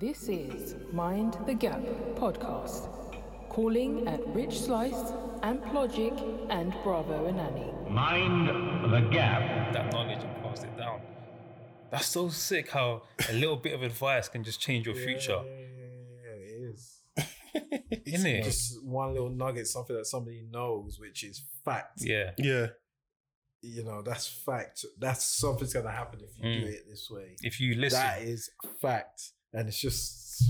This is Mind the Gap podcast, calling at Rich Slice, Amplogic, and Bravo and Annie. Mind the gap. that knowledge and pass it down. That's so sick how a little bit of advice can just change your future, Yeah, it is. isn't it? Just one little nugget, something that somebody knows, which is fact. yeah. Yeah. You know, that's fact. That's something's gonna happen if you Mm. do it this way. If you listen, That is fact, and it's just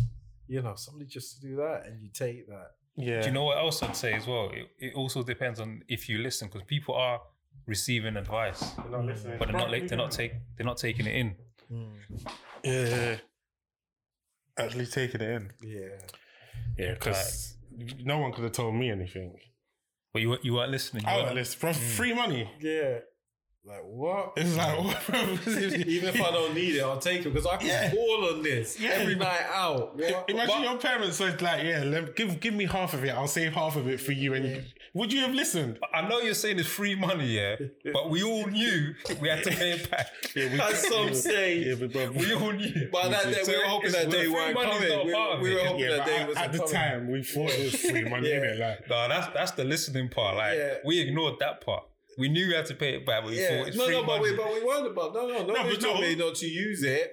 you know somebody just to do that, and you take that. Yeah. do you know what else I'd say as well? It, it also depends on if you listen because people are receiving advice, but they're not like, they're not take they're not taking it in. Yeah, yeah, yeah. Actually taking it in. Yeah, Yeah, because no one could have told me anything. But you weren't- you weren't listening. You I weren't- was list from free money. yeah. Like what? It's like what? Even if I don't need it, I'll take it because I can Yeah. call on this Yeah. every night out. What? Imagine But- your parents said like, yeah, lem- give give me half of it. I'll save half of it for you. And you- would you have listened? I know you're saying it's free money, yeah, but we all knew we had to pay it back. Yeah, we, That's what I'm saying. Yeah, but, bro, We all knew. By that day, we were hoping that day Free weren't money's coming. not We- part of we it. were hoping- yeah, that but day at, was at the coming. time we thought it was free money. Yeah. innit? Like, No, that's that's the listening part. Like Yeah. we ignored that part. We knew we had to pay it back, but we Yeah, thought it's no, free no, but money. we, but we weren't about no, no, no. No, we but told no. me not to use it.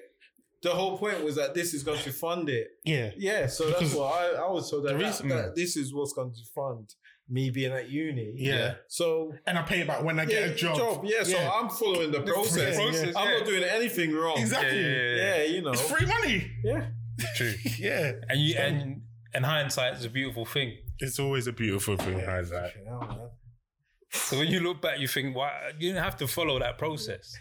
The whole point was that this is going to fund it. yeah, Yeah, so that's Because what I, I was told that, the that- reason- that this is what's going to fund me being at uni. yeah, So And I pay it back when I get yeah, a job. Yeah, so Yeah. I'm following the process. process, yeah. I'm not doing anything wrong. Exactly. Yeah, yeah, Yeah, yeah, you know. It's free money. Yeah. true. Yeah, And you and and hindsight is a beautiful thing. it's always a beautiful thing. Hindsight. Fucking hell, man. So when you look back, you think, why you didn't have to follow that process.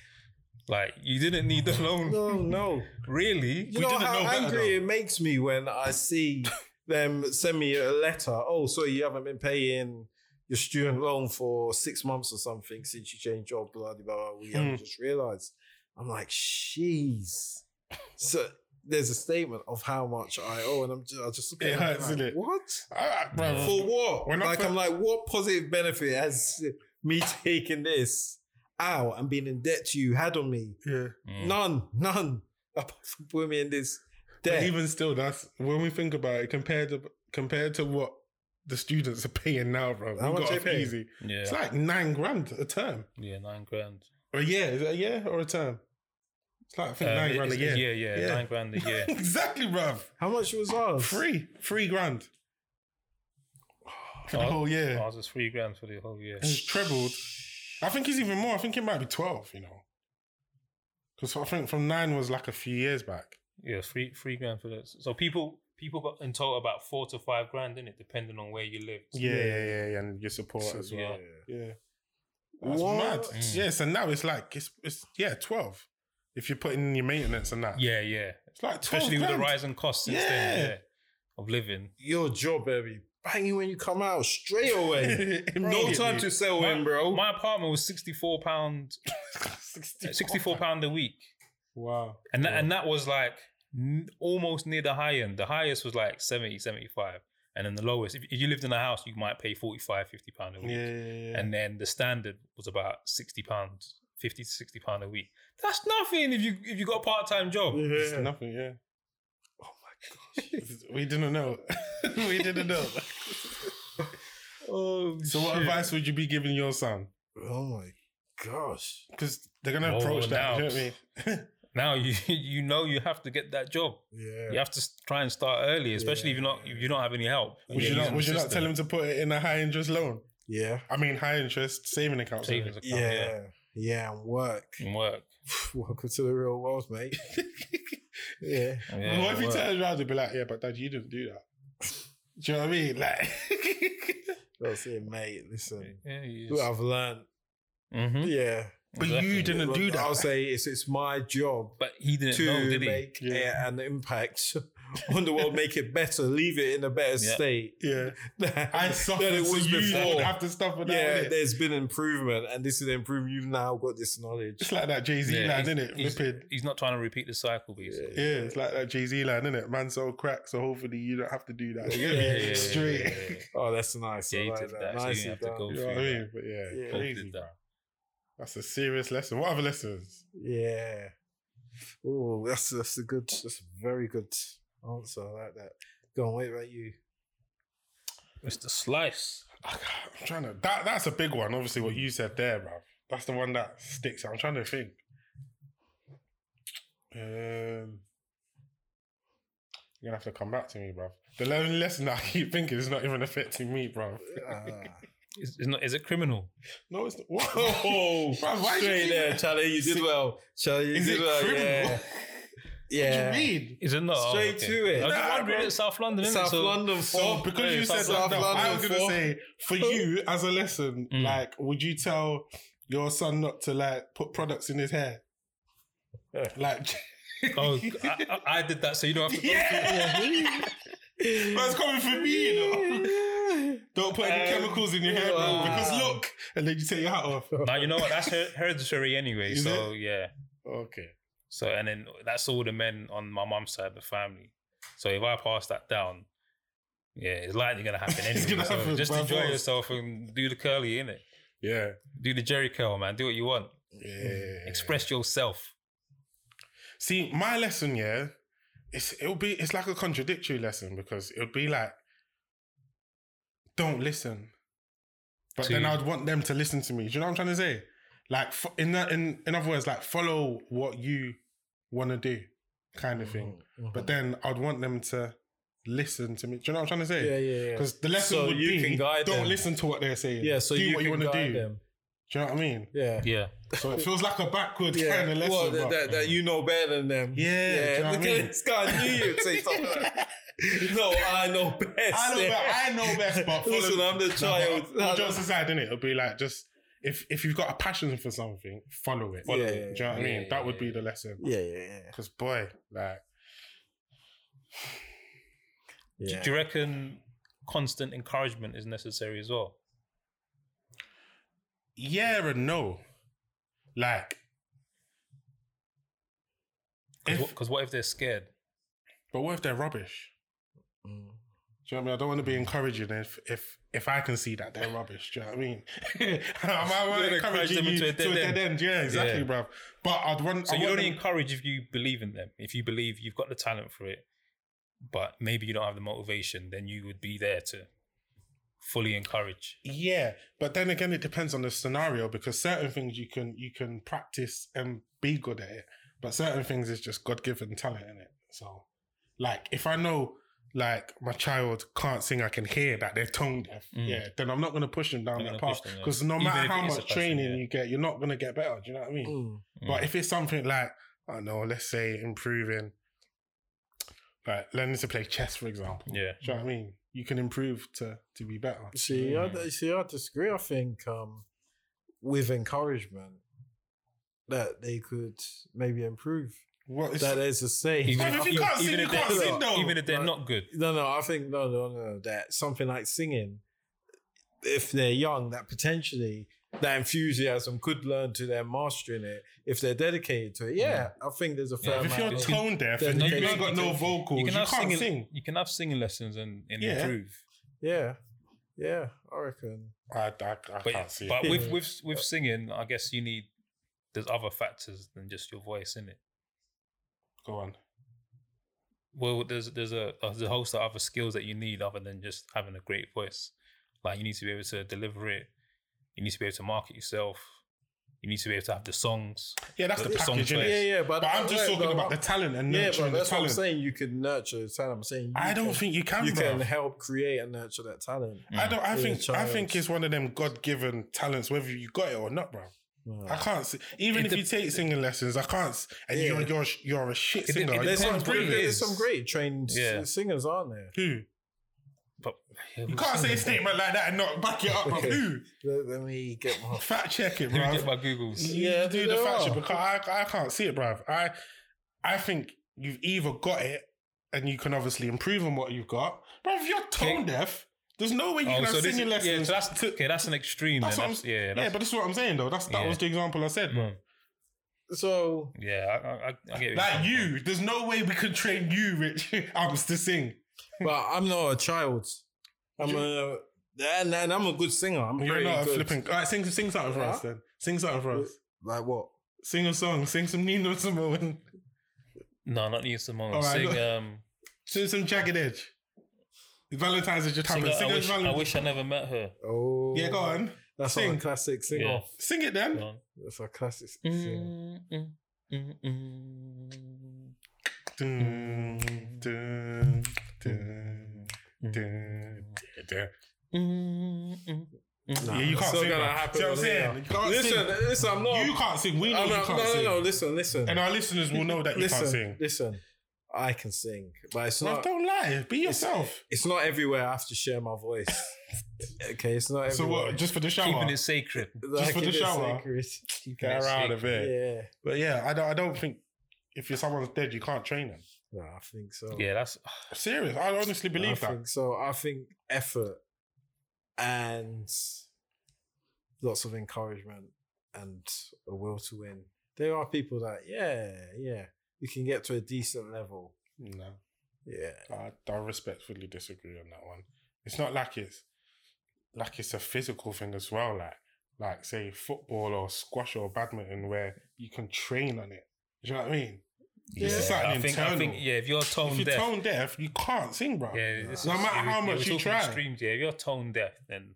Like you didn't need the loan, No, no. really. You know how angry it makes me when I see them send me a letter. Oh, so you haven't been paying your student loan for six months or something since you changed job, blah, blah, blah. We haven't Hmm. just realized. I'm like, jeez. So there's a statement of how much I owe, and I'm just, I just look at It and I'm hurts, like, innit? What? Ah, bruv. For what? We're not like, fa- I'm like, what positive benefit has me taking this out and being in debt to you had on me? Yeah. None, none. Apart from putting me in this But debt. even still, that's when we think about it compared to compared to what the students are paying now, bro. How we much got they off pay? easy. Yeah, It's like nine grand a term. yeah, nine grand. Or a year. Is it a year or a term? It's like I think Um, nine grand a it's- year. Yeah, yeah, Yeah. nine grand a year. exactly, bruv. How much was ours? Three. Three grand. For the Oh, whole year. Ours was three grand for the whole year. And it's trebled. I think it's even more. I think it might be twelve, you know. Because I think from nine was like a few years back. Yeah, three three grand for this. So people people got in total about four to five grand in it, depending on where you lived. Yeah, yeah, yeah, yeah. And your support as well. Yeah. Yeah. That's What? mad. Mm. Yeah, so now it's like it's it's yeah, twelve. If you're putting in your maintenance and that. Yeah, yeah. It's like 12 Especially with the grand. rise uh, in costs since then Yeah. yeah, of living. Your job, baby. Banging when you come out straight away. no Immediately. time to settle My, in, bro. my apartment was sixty four pound, sixty four pound a week, Wow. and that, and that was like n- almost near the high end. The highest was like 70, 75. and then the lowest. If, if you lived in a house, you might pay 45, 50 pound a Yeah, week, yeah, yeah. and then the standard was about sixty pounds, fifty to sixty pound a week. That's nothing if you if you got a part time job. it's Yeah. nothing, yeah. Oh my gosh. we didn't know. we didn't know. Oh, So what shit. advice would you be giving your son? Oh my gosh. Because they're gonna Whoa, approach that, now. you know what I mean? Now you you know you have to get that job. Yeah. You have to s- try and start early, especially if you're not if you don't have any help. Would you not would you not tell him to put it in a high interest loan? Yeah. I mean high interest saving account. sorry. savings account? Yeah. Yeah. and work. And work. Welcome to the real world, mate. yeah. Yeah, what if he work. turns around and be like, yeah, but dad, you didn't do that? Do you know what I mean? Like, That's it, mate. Listen. Yeah, you What I've learned. Mhm. Yeah. but Exactly. you Hmm? didn't do that. I'll say it's it's my job But he didn't to know, did he? make Yeah. uh, an impact on the world, make it better, leave it in a better Yeah. state. yeah. than I suffered. it was so you before. before. have to suffer yeah, that. Yeah, there's been improvement, and this is the improvement. You've now got this knowledge. it's like that Jay Z Yeah, line, he's- isn't it? he's, Flipping. he's not trying to repeat the cycle, basically. Yeah, it's like that Jay Z line, isn't it? Man, so crack. So hopefully you don't have to do that. Yeah, Yeah, yeah, yeah, straight. yeah, yeah, yeah. Oh, that's nice. Yeah, I he like did that. that, so you Nicely didn't have to done. go You know what I mean? But yeah, Yeah. Both crazy. did that. That's a serious lesson. What other lessons? Yeah. Oh, that's that's a good, that's a very good answer. I like that. Go on, wait about you. Mr. Slice. I can't- I'm trying to. That that's a big one. Obviously, what you said there, bruv. That's the one that sticks. out. I'm trying to think. Um, you're gonna have to come back to me, bruv. The only lesson that I keep thinking is not even affecting me, bruv. Ah. Is, is, not, is it criminal? No, it's not. Whoa, bruv, Oh, why did Straight you there, Charlie. You did well. Charlie, you Is did it well. criminal? Yeah. yeah. What do you mean? Is it not? Oh, Straight to it. I was just Nah, wondering, bro. it's South London, isn't South it? So- London Oh, So form. because Hey, you said South that, no, I was London gonna for- say for you as a lesson, Mm. like, would you tell your son not to like put products in his hair? Yeah. Like, Oh, I, I- I did that, so you don't have to. go through it. yeah, that's coming for me, you know. Don't put any Um, chemicals in your hair, bro, wow. because look, and then you take your hat off. Now you know what? That's her- hereditary anyway. Is so yeah. Okay, So and then that's all the men on my mum's side of the family. So if I pass that down, yeah, it's likely gonna happen It's anyway. gonna so happen, just by enjoy force. yourself and do the curly in it. yeah, Do the Jerry curl, man. Do what you want. yeah. Express yourself. See, my lesson, yeah, it's it'll be it's like a contradictory lesson because it'll be like, don't listen, but To- then I'd want them to listen to me. Do you know what I'm trying to say? Like fo- in that, in in other words, like follow what you want to do, kind of thing. Mm-hmm, But then I'd want them to listen to me. Do you know what I'm trying to say? Yeah, yeah, yeah. Because the lesson So would you be can guide don't them. listen to what they're saying. Yeah, so do you what can you want to guide do. them. Do you know what I mean? Yeah. Yeah. So it feels like a backward Yeah, kind of lesson. well, that, but- that, that you know better than them. Yeah, do you know look what I mean? at this guy. I knew you'd say something. like that. no, I know best. I know Yeah. best. I know best. But Listen, follow- I'm the No, child. but all jokes aside, innit? It'll be like just if if you've got a passion for something, follow it. Follow Yeah, it. Do you know what I yeah, mean? yeah, that would be yeah. the lesson. Yeah, yeah, Because boy, like yeah. Do, do you reckon constant encouragement is necessary as well? yeah and no, like. Because If- what, 'cause what if they're scared? But what if they're rubbish? Mm. Do you know what I mean? I don't want to be encouraging if if if I can see that they're rubbish. Do you know what I mean? I might want to Encourage encourage them you into a dead to a end. dead end. Yeah, exactly, Yeah. bruv. But I'd want. So I you want only them- encourage if you believe in them. If you believe you've got the talent for it, but maybe you don't have the motivation, then you would be there to fully encourage. Yeah, but then again, it depends on the scenario because certain things you can you can practice and be good at it, but certain things is just God given talent in it. So, like if I know like my child can't sing, I can hear that they're tongue deaf. Mm. Yeah, then I'm not gonna push them down Not gonna that path push them, yeah. because no Even matter if how it is a much passion, training yeah. Mm. you get, you're not gonna get better. Do you know what I mean? Mm. But if it's something like, I don't know, let's say improving, like learning to play chess, for example. Yeah. Do you know what I mean? You can improve to to be better. See, I, see, I disagree. I think um, with encouragement that they could maybe improve. What is That is a say. Even- Bruv, if you can't sing, even you if they're- can't sing, though. even if they're Like- not good. No, no, I think no, no, no. That something like singing, if they're young, that potentially that enthusiasm could learn to their master in it if they're dedicated to it. Yeah, I think there's a Yeah, fair If amount. you're of- too- tone deaf Then and you you ain't can- got no you vocals, you, can't singing, sing. You can have singing lessons and, and Yeah. improve. yeah, yeah, I reckon. I, I, I can't But sing. but with Yeah. with with singing, I guess you need there's other factors than just your voice in it. Go on. Well, there's there's a there's a host of other skills that you need other than just having a great voice. Like you need to be able to deliver it. You need to be able to market yourself. You need to be able to have the songs. Yeah, that's But the the song package, innit? choice. Yeah, yeah, But, but I'm just yeah, talking but- about the talent and Yeah, nurturing but that's the what I'm talent. saying. You can nurture the talent. I'm saying you I don't can- think you can, you can bruv. help create and nurture that talent. I don't. I Yeah, think. I child. think it's one of them God-given talents, whether you got it or not, bro. I can't. See, even It if you dep- take singing lessons, I can't. s- And Yeah. you're you're sh- you're a shit It de- singer. it you There's some can't depends what do great, it it. there's is. some great trained s- Yeah. singers, aren't there? Who? But You can't say a statement like that and not back it up, bro. Okay. Who? Let, let me get my. Fact check it, Let me get bro. my Googles. You Yeah, do the there fact are. check because I, I can't see it, bruv. I I think you've either got it and you can obviously improve on what you've got, bruv. If you're tone Okay. deaf, there's no way you can have this, singing yeah, lessons. Oh, so that's okay. That's an extreme. That's then. what I'm, That's- yeah, yeah, that's, but this is what I'm saying though. That's that Yeah. was the example I said, bro. Mm. So yeah. I, I, I get it. Like you, there's no way we could train you, Rich Abs, to sing. but I'm not a child. I'm a and, and I'm a good singer. I'm You're very not a good. flipping. All right, sing, sing something for Huh? us then. Sing something for us. Like what? Sing a song. Sing some Nino Simone. No, not Nina Simone. All right, Sing look. um, Soon some jagged edge. Valentine's has just Sing happened. it, Sing I, it, wish, I Valentine's. wish I never met her. Oh, Yeah, go on. That's Sing. our classic sing Yeah. off. Sing it then. Go on. That's our classic sing. Mm. mm, Dun, mm. dun, dun, dun, dun. Nah, mm, Yeah, you it's can't not gonna sing. man. happen See what I'm on saying? here. You can't Listen, sing. listen, I'm not. You can't sing. We know I'm you not, can't no, no, sing. no. Listen, listen. And our listeners will know that you listen, can't sing. listen. I can sing, but it's Bruv, not. don't lie. Be yourself. It's not everywhere. I have to share my voice. okay, it's not everywhere. So what? Just for the shower. Keeping it sacred. Like, for the it is shower? sacred. Keeping Get it her out sacred. of it. Yeah. But yeah, I don't. I don't think if you're someone's dead, you can't train them. No, I think so. Yeah, that's oh, Serious. I honestly believe I that. Think so I think effort and lots of encouragement and a will to win. There are people that, yeah, yeah, you can get to a decent level. No, Yeah. I, I respectfully disagree on that one. It's not like it's like it's a physical thing as well. Like like say football or squash or badminton, where you can train on it. Do you know what I mean? yeah. It's something I think, I internal. think yeah, if you're tone if you're deaf, tone deaf, you can't sing, bro. yeah, this no is- matter we- how we were much you talking try, extremes, yeah, if you're tone deaf, then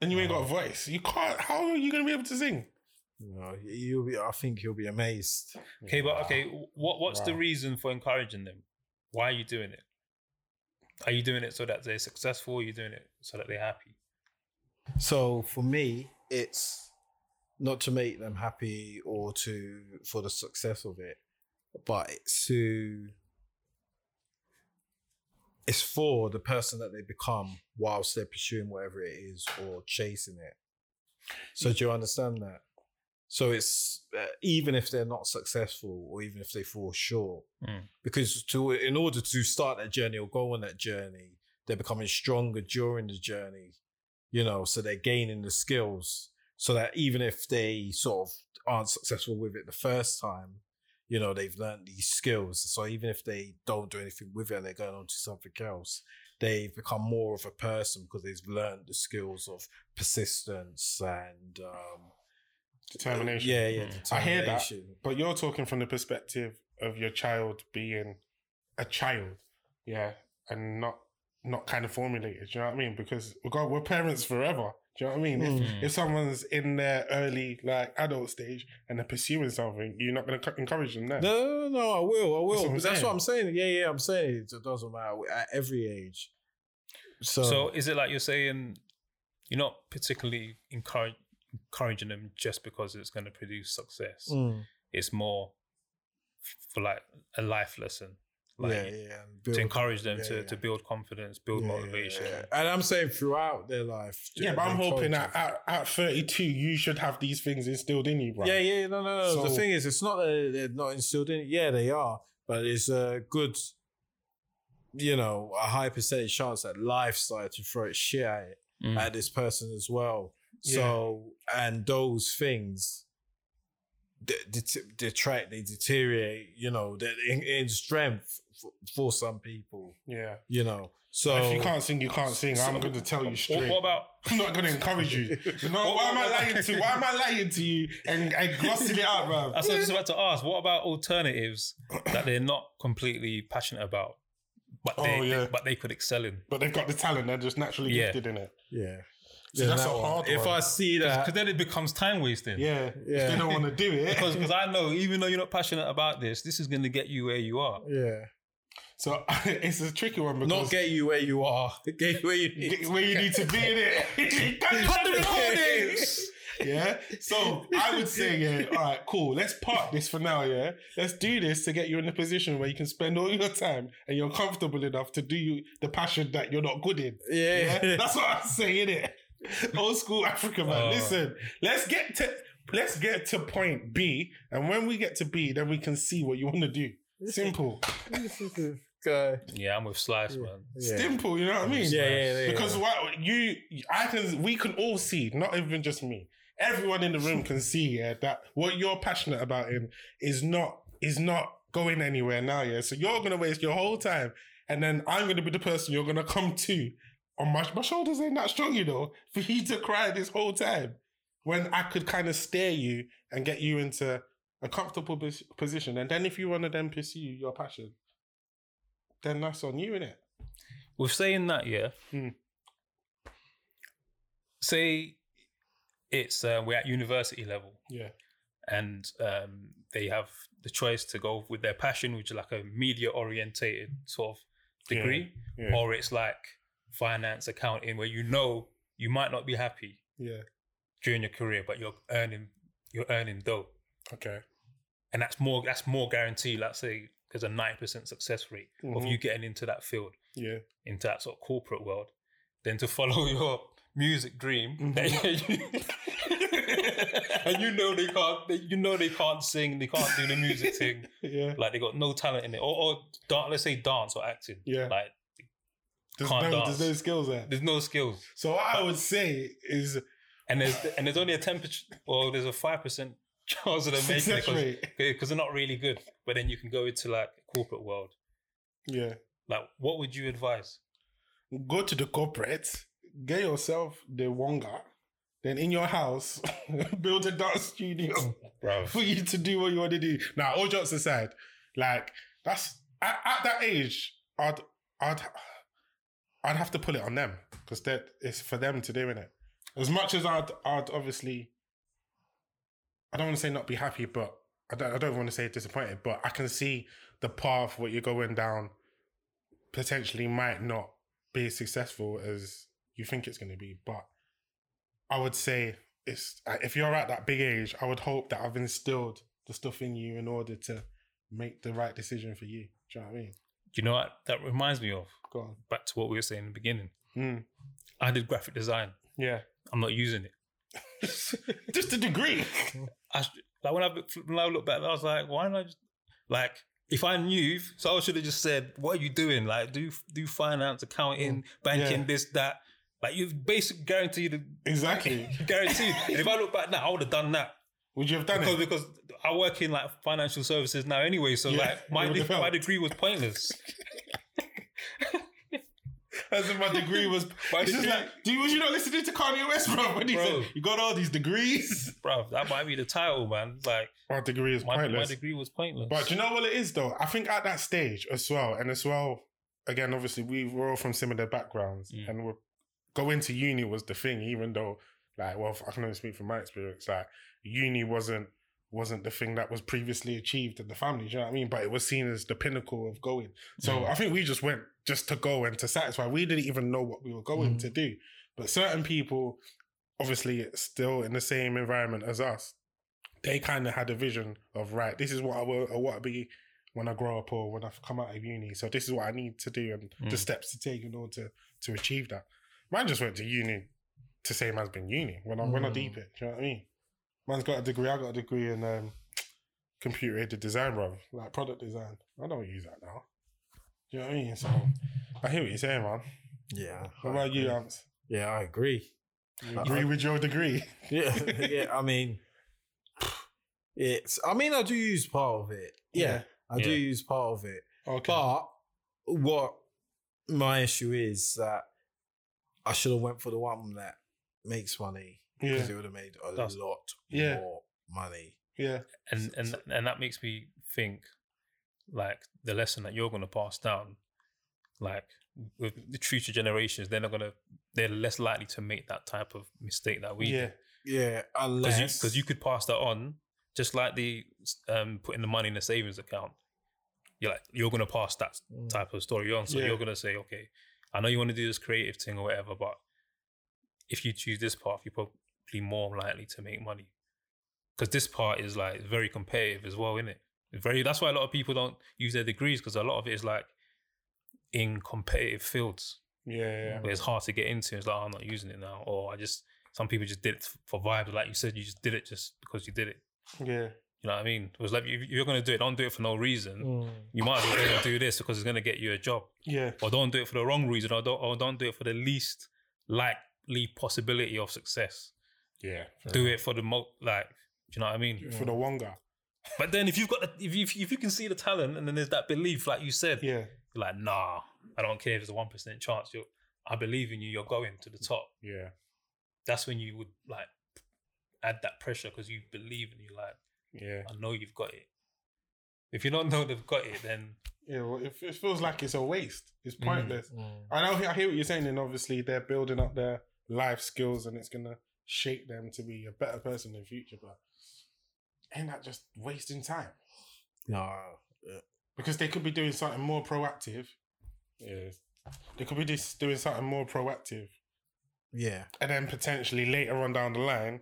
and you ain't got a voice, you can't. How are you gonna be able to sing? You know, you'll be I think you'll be amazed. okay, but okay, what what's the Wow. reason for encouraging them? Why are you doing it? Are you doing it so that they're successful? Are you doing it so that they're happy? So for me, it's not to make them happy or to for the success of it, but it's to it's for the person that they become whilst they're pursuing whatever it is or chasing it. So do you understand that? So it's uh, even if they're not successful or even if they fall short, Mm. because to in order to start that journey or go on that journey, they're becoming stronger during the journey you know, so they're gaining the skills so that even if they sort of aren't successful with it the first time, you know, they've learned these skills. So even if they don't do anything with it and they're going on to something else, they've become more of a person because they've learned the skills of persistence and um, Determination. Yeah, yeah. I hear that. determination. But you're talking from the perspective of your child being a child, yeah, and not not kind of formulated. Do you know what I mean? Because we're God, we're parents forever. Do you know what I mean? If, Mm. Hmm. if someone's in their early like adult stage and they're pursuing something, you're not going to encourage them there. No, no, no, no, I will, I will. That's what I'm But That's what saying. I'm saying. Yeah, yeah, I'm saying it doesn't matter at every age. So, So is it like you're saying you're not particularly encourage, encouraging them just because it's going to produce success? mm, It's more f- for like a life lesson, like yeah, yeah. and to build- encourage them yeah, to, yeah. to build confidence, build Yeah, motivation. yeah, yeah. And I'm saying throughout their life. yeah, but I'm they hoping told that at, at 32, you should have these things instilled in you, you. bro. Yeah, yeah, no, no, no. So- the thing is, it's not that they're not instilled in. Yeah, they are, but it's a good, you know, a high percentage chance that life started to throw its shit at, it, Mm. at this person as well. So, and those things. de- de- Detract, they deteriorate, you know, they're in, in strength for, for some people, Yeah. you know. So, if you can't sing, you can't sing. I'm So- going to tell you Wh- straight. What about I'm not going to encourage you. you know, why am I lying to you? Why am I lying to you and, and glossing it out, bro? That's what I was just about to ask. What about alternatives that they're not completely passionate about, but they, Oh, yeah. but they could excel in? But they've got the talent. They're just naturally Yeah. gifted in it. yeah, So Yeah, that's that a one. hard If one. I see that, Because then it becomes time wasting. Yeah. Yeah. If they don't want to do it. Because I know even though you're not passionate about this, this is going to get you where you are. yeah. So it's a tricky one because Not get you where you are. Get you where you need. get where you need to be in it. Cut the recordings. Yeah. So I would say, yeah, all right, cool. Let's park this for now, yeah. Let's do this to get you in a position where you can spend all your time and you're comfortable enough to do you, the passion that you're not good in. Yeah. Yeah, that's what I'm saying. It old school Africa man. Oh. Listen, let's get to let's get to point B, and when we get to B, then we can see what you want to do. Simple, Guy. Yeah, I'm with Slice, man. Yeah. simple. You know what I mean? Yeah, yeah, yeah, Because what you, I can, we can all see. Not even just me. Everyone in the room can see. Yeah, that what you're passionate about in is not is not going anywhere now. Yeah, so you're gonna waste your whole time, and then I'm gonna be the person you're gonna come to. On my my shoulders ain't that strong, you know, for you to cry this whole time when I could kind of steer you and get you into a comfortable pos- position, and then if you want to then pursue your passion, then that's on you, innit? With saying that, yeah. Hmm. Say it's uh, we're at university level Yeah, and um, they have the choice to go with their passion, which is like a media orientated sort of Yeah, degree, yeah. or it's like finance, accounting, where you know you might not be happy yeah. during your career, but you're earning you're earning dough, Okay. and that's more that's more guaranteed. Let's say there's a ninety percent success rate of Mhm. you getting into that field, Yeah. into that sort of corporate world, than to follow your music dream. Mm-hmm. that you- and you know they can't, they, you know they can't sing, they can't do the music thing. Yeah. Like they got no talent in it, or, or dan- let's say dance or acting. Yeah. like There's Can't no, dance. there's no skills there. there's no skills. So what I would say is and there's and there's only a temperature or there's a five percent chance of them making Success it rate. because they're not really good. But then you can go into like corporate world. Yeah. Like, what would you advise? Go to the corporate, get yourself the wonga, then in your house, build a dance studio Bro. for you to do what you want to do. Now, all jokes aside, like that's at, at that age, I'd I'd I'd have to pull it on them because that it's for them to do in it. As much as I'd I'd obviously, I don't want to say not be happy, but I don't I don't want to say disappointed, but I can see the path what you're going down potentially might not be as successful as you think it's going to be, but I would say it's if you're at that big age, I would hope that I've instilled the stuff in you in order to make the right decision for you. Do you know what I mean? Do you know what that reminds me of? Go on. Back to what we were saying in the beginning. Mm. I did graphic design. Yeah. I'm not using it. Just a degree. I sh- like when I when I look back, I was like, why not? Just, like, if I knew, so I should have just said, "What are you doing? Like, do do finance, accounting, banking, Hmm. Yeah. this, that." Like, you've basically guaranteed exactly. Guaranteed. and if I look back now, I would have done that Would you have done because, it? because I work in like financial services now anyway. So Yeah, like my it would de- have helped. my degree was pointless. As if my degree was. My it's just degree- like, do you, was you not listening to Kanye West, bro? When he Bro. said, you got all these degrees. Bro, that might be the title, man. Like My degree is my, my pointless. degree was pointless. But do you know what it is though? I think at that stage as well, and as well, again, obviously we were all from similar backgrounds, Mm. and we're going to uni was the thing, even though like, well, I can only speak from my experience, like uni wasn't wasn't the thing that was previously achieved in the family, do you know what I mean? But it was seen as the pinnacle of going. So Mm. I think we just went just to go and to satisfy. We didn't even know what we were going Mm. to do. But certain people, obviously still in the same environment as us, they kind of had a vision of right. This is what I will, I want to be when I grow up or when I've come out of uni. So this is what I need to do and the Mm. steps to take in order to, to achieve that. Mine just went to uni to same as been uni when I when I Mm. deep it. Do you know what I mean? Man's got a degree. I got a degree in um, computer aided design, bro. Like product design. I don't use that now. Do you know what I mean? So I hear what you're saying, man. Yeah. What about you, Yeah, Ants? yeah I agree. You I- agree with your degree? yeah, yeah. I mean, it's. I mean, I do use part of it. Yeah, I do Yeah. use part of it. Okay. But what my issue is that I should have went for the one that makes money yeah. because it would have made a That's- lot Yeah. more money. Yeah. and and and that makes me think like the lesson that you're going to pass down like with the future generations they're not going to they're less likely to make that type of mistake that we Yeah. Yeah, because you, unless 'cause you could pass that on just like the um putting the money in the savings account you're like you're going to pass that Mm. type of story on so Yeah. you're going to say okay i know you want to do this creative thing or whatever but if you choose this path you're probably more likely to make money because this part is like very competitive as well isn't it very that's why a lot of people don't use their degrees because a lot of it is like in competitive fields Yeah. yeah. but it's hard to get into. It's like "Oh, I'm not using it now, or I just some people just did it for vibes. Like you said, you just did it just because you did it. Yeah. You know what I mean? It was like if you're gonna do it, don't do it for no reason. Mm. You might as well go and do this because it's gonna get you a job, Yeah. or don't do it for the wrong reason, or don't or don't do it for the least likely possibility of success. Yeah. Do it for the mo like. Do you know what I mean? For the Wonga. But then if you've got the, if you if you can see the talent and then there's that belief, like you said, Yeah. you're like nah, I don't care if it's a one percent chance. You, I believe in you. You're going to the top. Yeah. that's when you would like add that pressure because you believe and you like Yeah. I know you've got it. If you don't know they've got it, then Yeah, well, it, it feels like it's a waste. It's pointless. Mm. I know. I hear what you're saying, and obviously they're building up their life skills, and it's gonna shape them to be a better person in the future. But ain't that just wasting time? No. Because they could be doing something more proactive. Yeah, they could be just doing something more proactive, Yeah. and then potentially later on down the line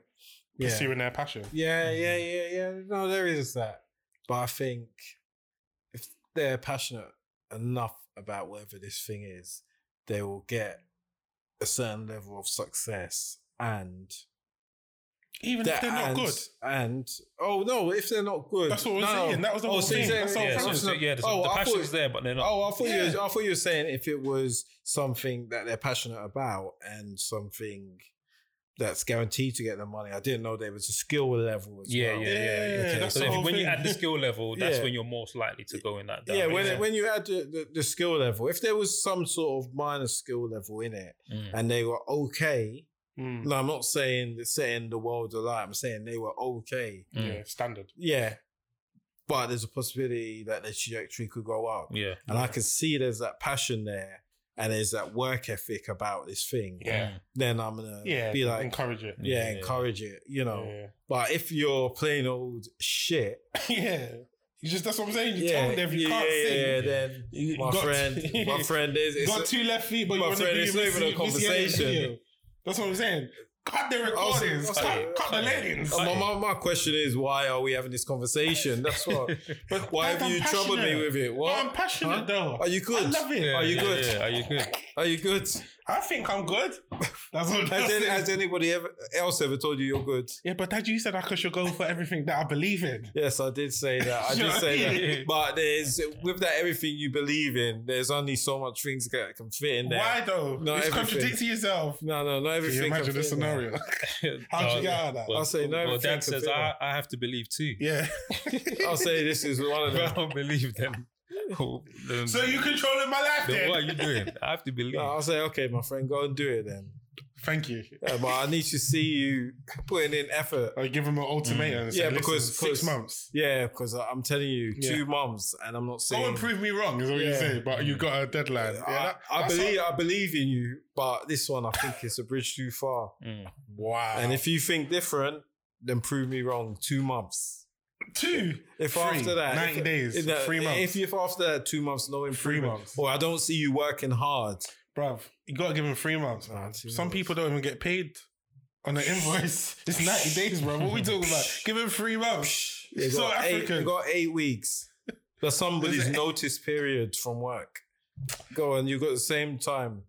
Yeah. pursuing their passion. Yeah, yeah, yeah, Mm-hmm. yeah. No, there is that. But I think if they're passionate enough about whatever this thing is, they will get a certain level of success and Even if that- they're not and, good, And oh no, if they're not good, That's what we're no. saying. That was the whole so you're thing. saying That's the whole yeah, so, Oh, passion. so, yeah, the, oh, the I passion's thought, there, but they're not. Oh, I thought you. Yeah. I thought you were saying if it was something that they're passionate about and something that's guaranteed to get them money. I didn't know there was a skill level. As yeah, well. yeah, yeah, yeah. Yeah, okay. that's So the if, whole when you thing. add the skill level, that's Yeah. when you're most likely to go in that. Yeah, when, direction. when you add the, the, the skill level, if there was some sort of minor skill level in it Mm. and they were okay, Mm, no, I'm not saying that setting the world alight, I'm saying they were okay. Mm. yeah, standard. Yeah. But there's a possibility that the trajectory could go up. yeah, And I can see there's that passion there and there's that work ethic about this thing. Yeah, Mm. Then I'm going to yeah. be like, encourage it. yeah, Yeah. encourage it, you know. But if you're plain old shit, Yeah, yeah. You just that's what I'm saying. You yeah, told them you yeah, can't yeah, sing. yeah, then You- you my got- friend, my friend is. You it's got a- two left feet, but you my want to friend, be it's not Missy- even a Missy Elliott conversation. video. That's what I'm saying. Cut the recordings. Also- cut, cut the leggings. Uh, my, my, my question is, why are we having this conversation? That's what. But why have I'm you troubled me passionate. with it? But What? I'm passionate Huh? though. Are you good? I love it. Yeah, Are you yeah, good? Yeah, are you good? Are you good? I think I'm good. That's what I'm Has, any, saying. has anybody ever, else ever told you you're good? Yeah, but Dad, you said I could should go for everything that I believe in. Yes, I did say that. I Sure. did say that. But there's with that everything you believe in, there's only so much things that can fit in there. Why though? Not it's everything. contradicting yourself. No, no, not Can everything. you imagine can the fit in there. scenario? How'd you get out of that? Well, I'll say no, Well, everything Dad can says fit I, I have to believe too. yeah. I'll say this is one of If I them. don't believe them. then- so you controlling my life then then? what are you doing? I have to believe. No, I'll say, okay, my friend, go and do it then. Thank you. Yeah, but I need to see you putting in effort. I give him an ultimatum. and Yeah, say, because- "Listen, six because- months. Yeah, because I'm telling you, Yeah. two months, and I'm not Go saying. and prove me wrong is what you Yeah. say, but you got a deadline. Yeah, I, that- I that's believe I believe in you, but this one I think is a bridge too far. Mm. what- wow. And if you think different, then prove me wrong. Two months. two, If Three. after that, 90 if- days, if that- three If, months. if after that, two months, no Three improvement, months. or I don't see you working hard, bruv, you got to give him three months, Nah, man. two Some months. people don't even get paid on the invoice. it's ninety days, bro. What we talking about? Give him three months. you so got, eight, African. you got eight weeks. That's somebody's Is it- notice period from work. Go and you got the same time,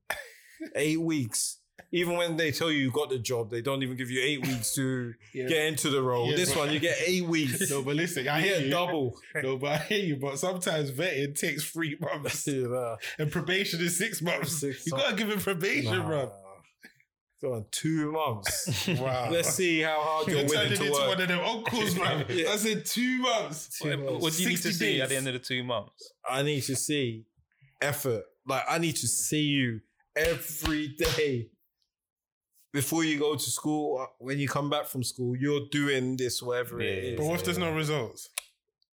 eight weeks. Even when they tell you you got the job, they don't even give you eight weeks to Yeah. get into the role. Yeah, this bro. one, you get eight weeks. no, but listen, I you hear get you. double. No, but I hear you. But sometimes vetting takes three months, Yeah, and probation is six months. Six you got to give him probation, nah. bruv. Go on, two months. Wow. Let's see how hard you're You're willing turning to into work. one of them uncles, bruv. Yeah. I said two months. Two What, what do you need to 60 see at days. the end of the two months? I need to see effort. Like I need to see you every day. Before you go to school, uh, when you come back from school, you're doing this, whatever it Yeah. is. But what if there's no results?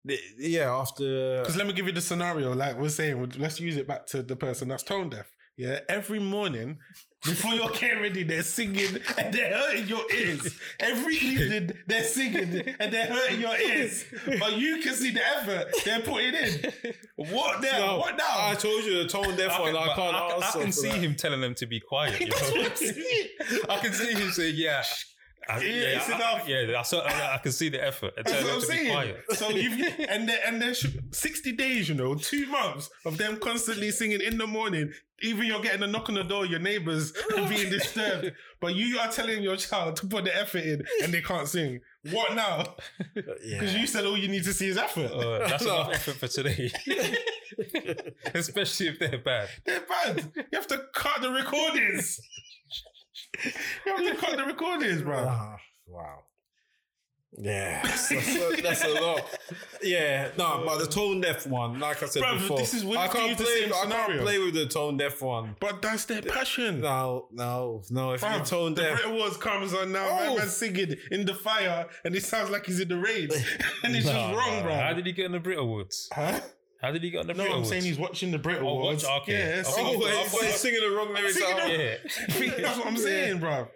Th- Yeah, after Because let me give you the scenario. Like we're saying, let's use it back to the person that's tone deaf. Yeah, every morning before you're getting ready, they're singing and they're hurting your ears. Every evening, they're singing and they're hurting your ears. But you can see the effort they're putting in. What now? No, what now? I told you the tone deaf one. I but can't I, can- I answer. can for see that. him telling them to be quiet. you know? I can see him say, "Yeah, I, Yeah, yeah, it's I- enough. yeah." I, saw, I, I can see the effort. And That's tell what them I'm to be saying. quiet. So you've and there, and there's sixty days, you know, two months of them constantly singing in the morning. Even you're getting a knock on the door, your neighbors being disturbed, but you are telling your child to put the effort in, and they can't sing. What now? Because Yeah. you said all you need to see is effort. Uh, that's No. enough effort for today, especially if they're bad. They're bad. You have to cut the recordings. you have to cut the recordings, bro. Ah, wow. Yeah, that's, that's, that's a lot. Yeah, no, but the tone deaf one, like I said Bruv, before, this is with I can't you, the play. I same can't scenario. play with the tone deaf one. But that's their passion. No, no, no. If Fam, you're tone the deaf, Brit Wars comes on now. my Oh. Man singing in the fire, and it sounds like he's in the raid, and it's just wrong, bro. How did he get on the Brit Awards? huh? How did he get on the No, Brit I'm Awards? saying he's watching the Brit Oh, Awards. watch- okay. Yeah, Oh, singing- oh, he's, he's singing the wrong lyrics. Singing out. the- yeah. that's what I'm saying, bro.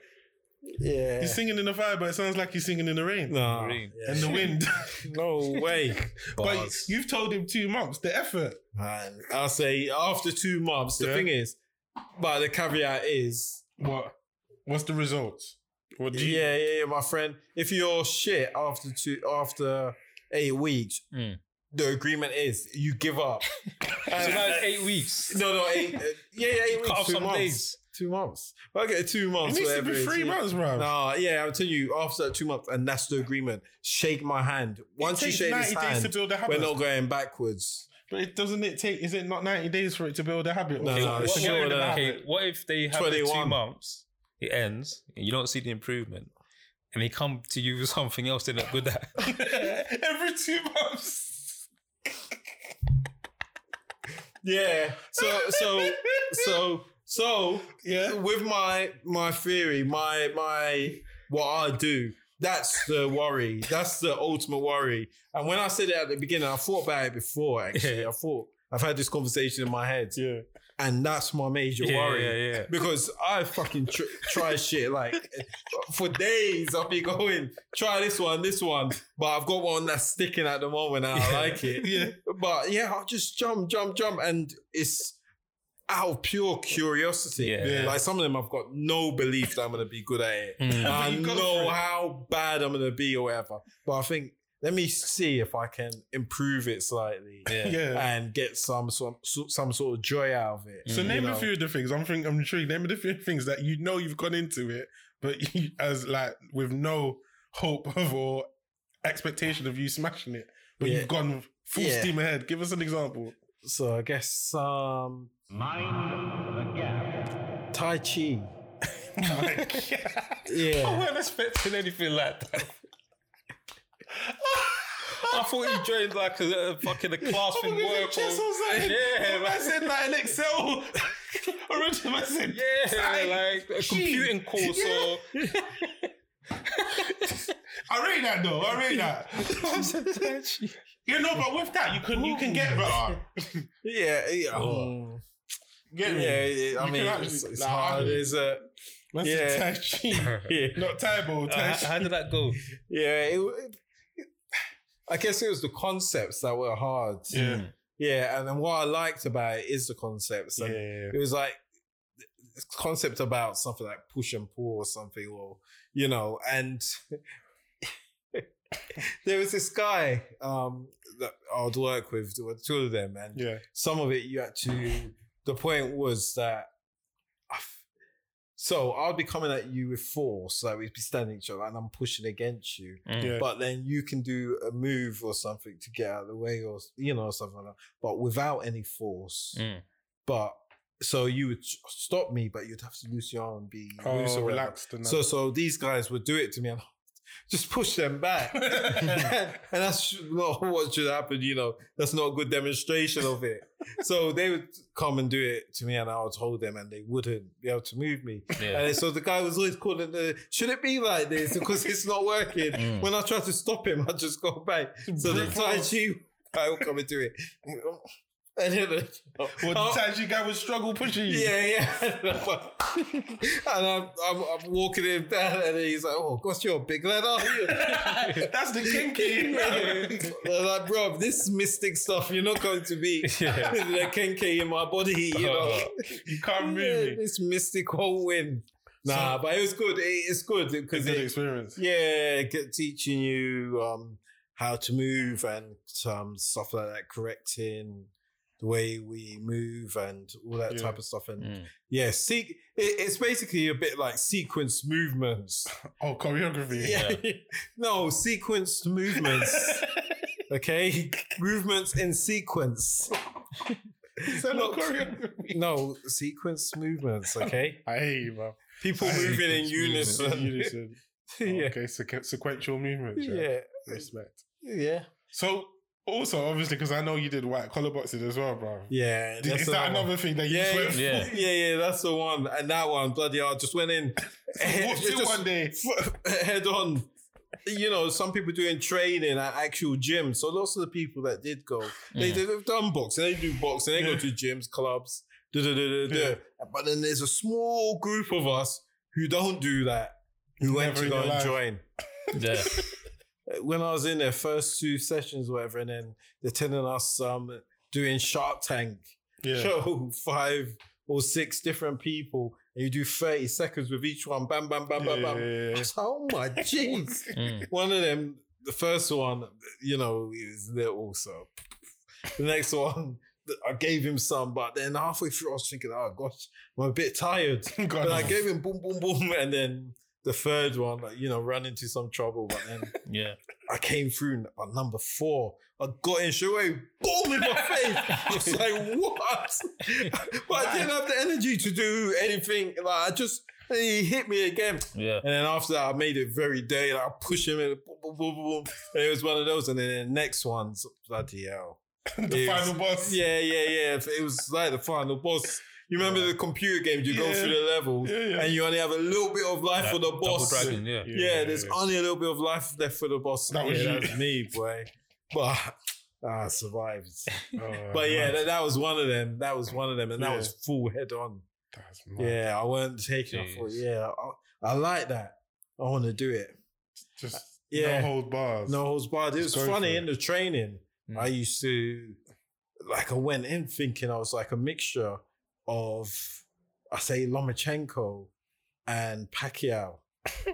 yeah, He's singing in the fire, but it sounds like he's singing in the rain no, Green. yeah. and the wind. no way. but Bars. you've told him two months the effort. Man, I'll say after two months. The Yeah. thing is, but the caveat is, What? What's the results? What do you? yeah, yeah, yeah, my friend. If you're shit after two, after eight weeks, Mm. the agreement is you give up. so And- now it's eight weeks. No, no, eight, uh, yeah, yeah, Cut eight weeks, off two some months, days. two months. Okay, two It months. needs to whatever be it three is. months, bro. No, yeah, I'll tell you after that two months, and that's the agreement. Shake my hand. Once you takes shake this 90 days hand, to build a habit. we're not going backwards. But it doesn't it take? Is it not ninety days for it to build a habit? No, Or- Okay, no, what, it's what- sure what- that- okay, uh, what if they have the two 21. months, it ends, and you don't see the improvement, and they come to you with something else they're not good at? Every two months. Yeah. So, so, so, so, Yeah. with my my theory, my my what I do, that's the worry. That's the ultimate worry. And when I said it at the beginning, I thought about it before. Actually, I thought I've had this conversation in my head, Yeah. and that's my major yeah, worry. yeah, yeah. Because I fucking tr- try shit like for days. I'll be going try this one, this one, but I've got one that's sticking at the moment. And I like it. Yeah. But yeah, I'll just jump, jump, jump. And it's out of pure curiosity. Yeah. Yeah. Like some of them, I've got no belief that I'm going to be good at it. Mm. And I But you go for know it. how bad I'm going to be or whatever. But I think, let me see if I can improve it slightly. Yeah. Yeah. And get some, some some sort of joy out of it. So you name know? a few of the things. I'm think, I'm intrigued. Name a few things that you know you've gone into it, but you, as like with no hope of or expectation of you smashing it, but Yeah. you've gone full Yeah. steam ahead. Give us an example. So I guess um, Mind the gap. Tai Chi. Like, I Yeah. weren't expecting anything like that. I thought you joined like a, a fucking a class in work. or- oh, Yeah, I like, said like an Excel. Originally, I said yeah, like a computing course or I read that though. I read that. You know, but with that, you can you can get better. Yeah. Yeah. Oh. Yeah, Get me? yeah, I You mean, can actually- it's, it's nah, hard. I- It's, uh, That's Yeah. Tai Chi. yeah, Not Taibo, Tai Uh, how, Chi. how did that go? yeah. It, it- I guess it was the concepts that were hard. Yeah. Yeah, and then what I liked about it is the concepts. And yeah. It was like this concept about something like push and pull or something, or you know, and there was this guy um that I'd work with, there were two of them, and Yeah. some of it you had to the point was that I f- so I'll be coming at you with force, so we'd be standing each other and I'm pushing against you. Yeah. But then you can do a move or something to get out of the way or you know, something like that, but without any force. Mm. But so you would s- stop me, but you'd have to loose your arm, be loose Oh, or whatever. relaxed and So so these guys would do it to me and just push them back. and that's not what should happen, you know. That's not a good demonstration of it. So they would come and do it to me and I would hold them and they wouldn't be able to move me. Yeah. And so the guy was always calling the should it be like this? Because it's not working. Mm. When I tried to stop him, I just go back. So the Tai Chi guy will come and do it. And then well, Oh. the Tai Chi guy would struggle pushing you. yeah, yeah. and I'm, I'm, I'm walking him down, and he's like, "Oh, gosh, you're a big lad, aren't you?" That's the kinky. They're like, bro, this mystic stuff, you're not going to be Yeah. the kenke in my body, you know. you can't move Yeah, me. this mystic won't win. Nah, but it was good. It, it's good It's because an it, experience. yeah, get, teaching you um, how to move and um, stuff like that, correcting the way we move and all that Yeah. type of stuff, and Mm. yeah, seek. It, it's basically a bit like sequence movements. Oh, choreography. Yeah. no, sequenced movements. okay, movements in sequence. Is that not Not- choreography? No, sequence movements. Okay, I hate you, bro. people moving in Sequence unison. movement. In unison. yeah. Okay, sequ- sequential movement. Yeah. Yeah. Respect. Yeah. So, also, obviously, because I know you did white collar boxing as well, bro. Yeah. Is, that's is that another one. another thing that you Yeah, just went yeah, yeah, Yeah. yeah, that's the one. And that one, bloody hell, just went in. What's it one day? head on. You know, some people doing training at actual gyms. So lots of the people that did go, they, they've done boxing, they do boxing, they go to gyms, clubs, da, da, da, da, da. But then there's a small group of us who don't do that, who went Never to in go your and life. join. Yeah. When I was in their first two sessions, or whatever, and then they're telling us um, doing Shark Tank Yeah. show Oh, five or six different people and you do 30 seconds with each one bam bam bam bam Yeah, bam yeah, I yeah. was like, oh my jeez Mm. one of them the first one you know is little so the next one th- I gave him some but then halfway through I was thinking oh gosh I'm a bit tired God, but I gave him boom boom boom and then the third one like, you know ran into some trouble but then Yeah. I came through on number four. I got in straight away, boom in my face. I was like, what? But I didn't have the energy to do anything. Like I just he hit me again. Yeah. And then after that, I made it very dirty. Like, I pushed him in, boom, boom, boom, boom, boom. And it was one of those. And then the next one's bloody hell. the It was- final boss. Yeah, yeah, yeah. It was like the final boss. You remember the computer games? You go Yeah. through the levels, Yeah, yeah. and you only have a little bit of life Like for the Double boss. Dragon, yeah. Yeah, there's yeah. only a little bit of life left for the boss. That was yeah, you. That's me, boy. But ah, I survived. Oh, But yeah, man. that, that was one of them. That was one of them, and that Yeah. was full head on. that's mad. Yeah, I weren't taking. I thought, Jeez. yeah, I, I like that. I want to do it. Just Yeah. no hold bars. No holds barred. It was Just go for funny it. in the training. Mm. I used to, like, I went in thinking I was like a mixture of, I say, Lomachenko and Pacquiao.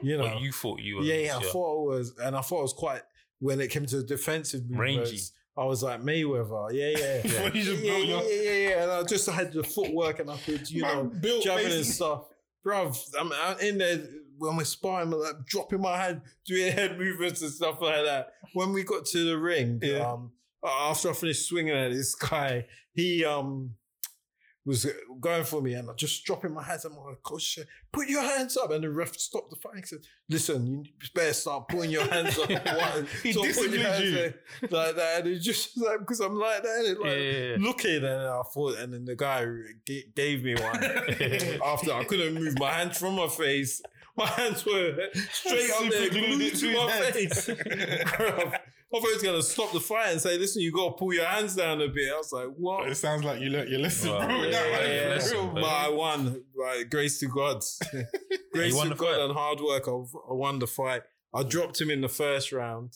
You know, What you thought you were. yeah, yeah, I thought it was, and I thought it was quite when it came to defensive Rangy. movements. I was like Mayweather, yeah, yeah, yeah, You just yeah, built yeah, your- yeah, yeah, yeah. And I just had the footwork, and I could, you Man, know, built jabbing and basically- stuff, bruv. I'm, I'm in there when we're sparring, I'm like dropping my hand, doing head movements and stuff like that. When we got to the ring, Yeah. um, after I finished swinging at this guy, he um was going for me, and I just dropping my hands. I'm like, coach, put your hands up, and the ref stopped the fight. He said, "Listen, you better start putting your hands up." Why- He I put your disciplined hands you. up like that, and it's just like because I'm like that, and it, like Yeah, yeah, yeah. looking, and I thought, and then the guy g- gave me one after I couldn't move my hands from my face. My hands were straight up there, Super glued glued it to to my his face. Bruv, I thought he was gonna stop the fight and say, "Listen, you gotta pull your hands down a bit." I was like, "What?" It sounds like you learnt your lesson, Wow. bro. Yeah, That yeah, one is yeah. real. Listen, But I won. Like, grace to God. grace You won to the God fight. and hard work. I, I won the fight. I dropped him in the first round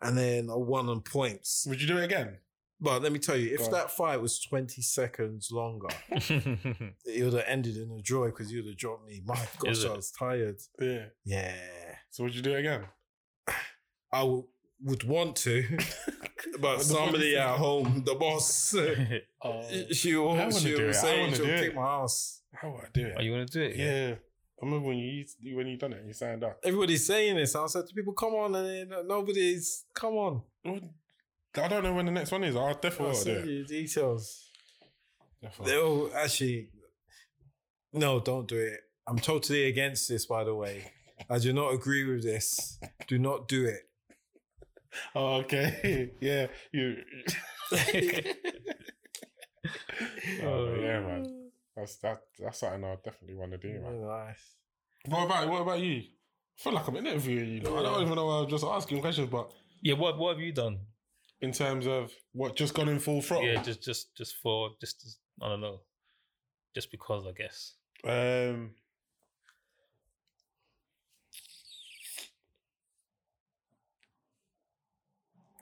and then I won on points. Would you do it again? But let me tell you, Go if on. that fight was 20 seconds longer, it would have ended in a draw because you would have dropped me. My gosh, Is it? I was tired. Yeah. Yeah. So would you do it again? I w- would want to, but boss somebody is- at home, the boss, Uh, Oh, she will, wouldn't she do it. will I say wouldn't she'll do kick it. my ass. how would I do it? Are Oh, you gonna do it? yeah. I remember when you used, when you done it, you signed up. everybody's saying this. I said to people, come on, and then uh, nobody's come on. I don't know when the next one is. I'll definitely I'll will do send it. Oh, you the details. Definitely. They'll actually No, don't do it. I'm totally against this, by the way. I do not agree with this. Do not do it. Oh, okay. yeah. You. oh, yeah, man. That's that. That's something I definitely want to do, man. Nice. What about what about you? I feel like I'm interviewing you. Like, I don't even know. why I'm just asking questions, but Yeah. What What have you done? in terms of what just gone in full Oh. throttle. Yeah. Just Just Just for Just I don't know. Just because I guess. Um,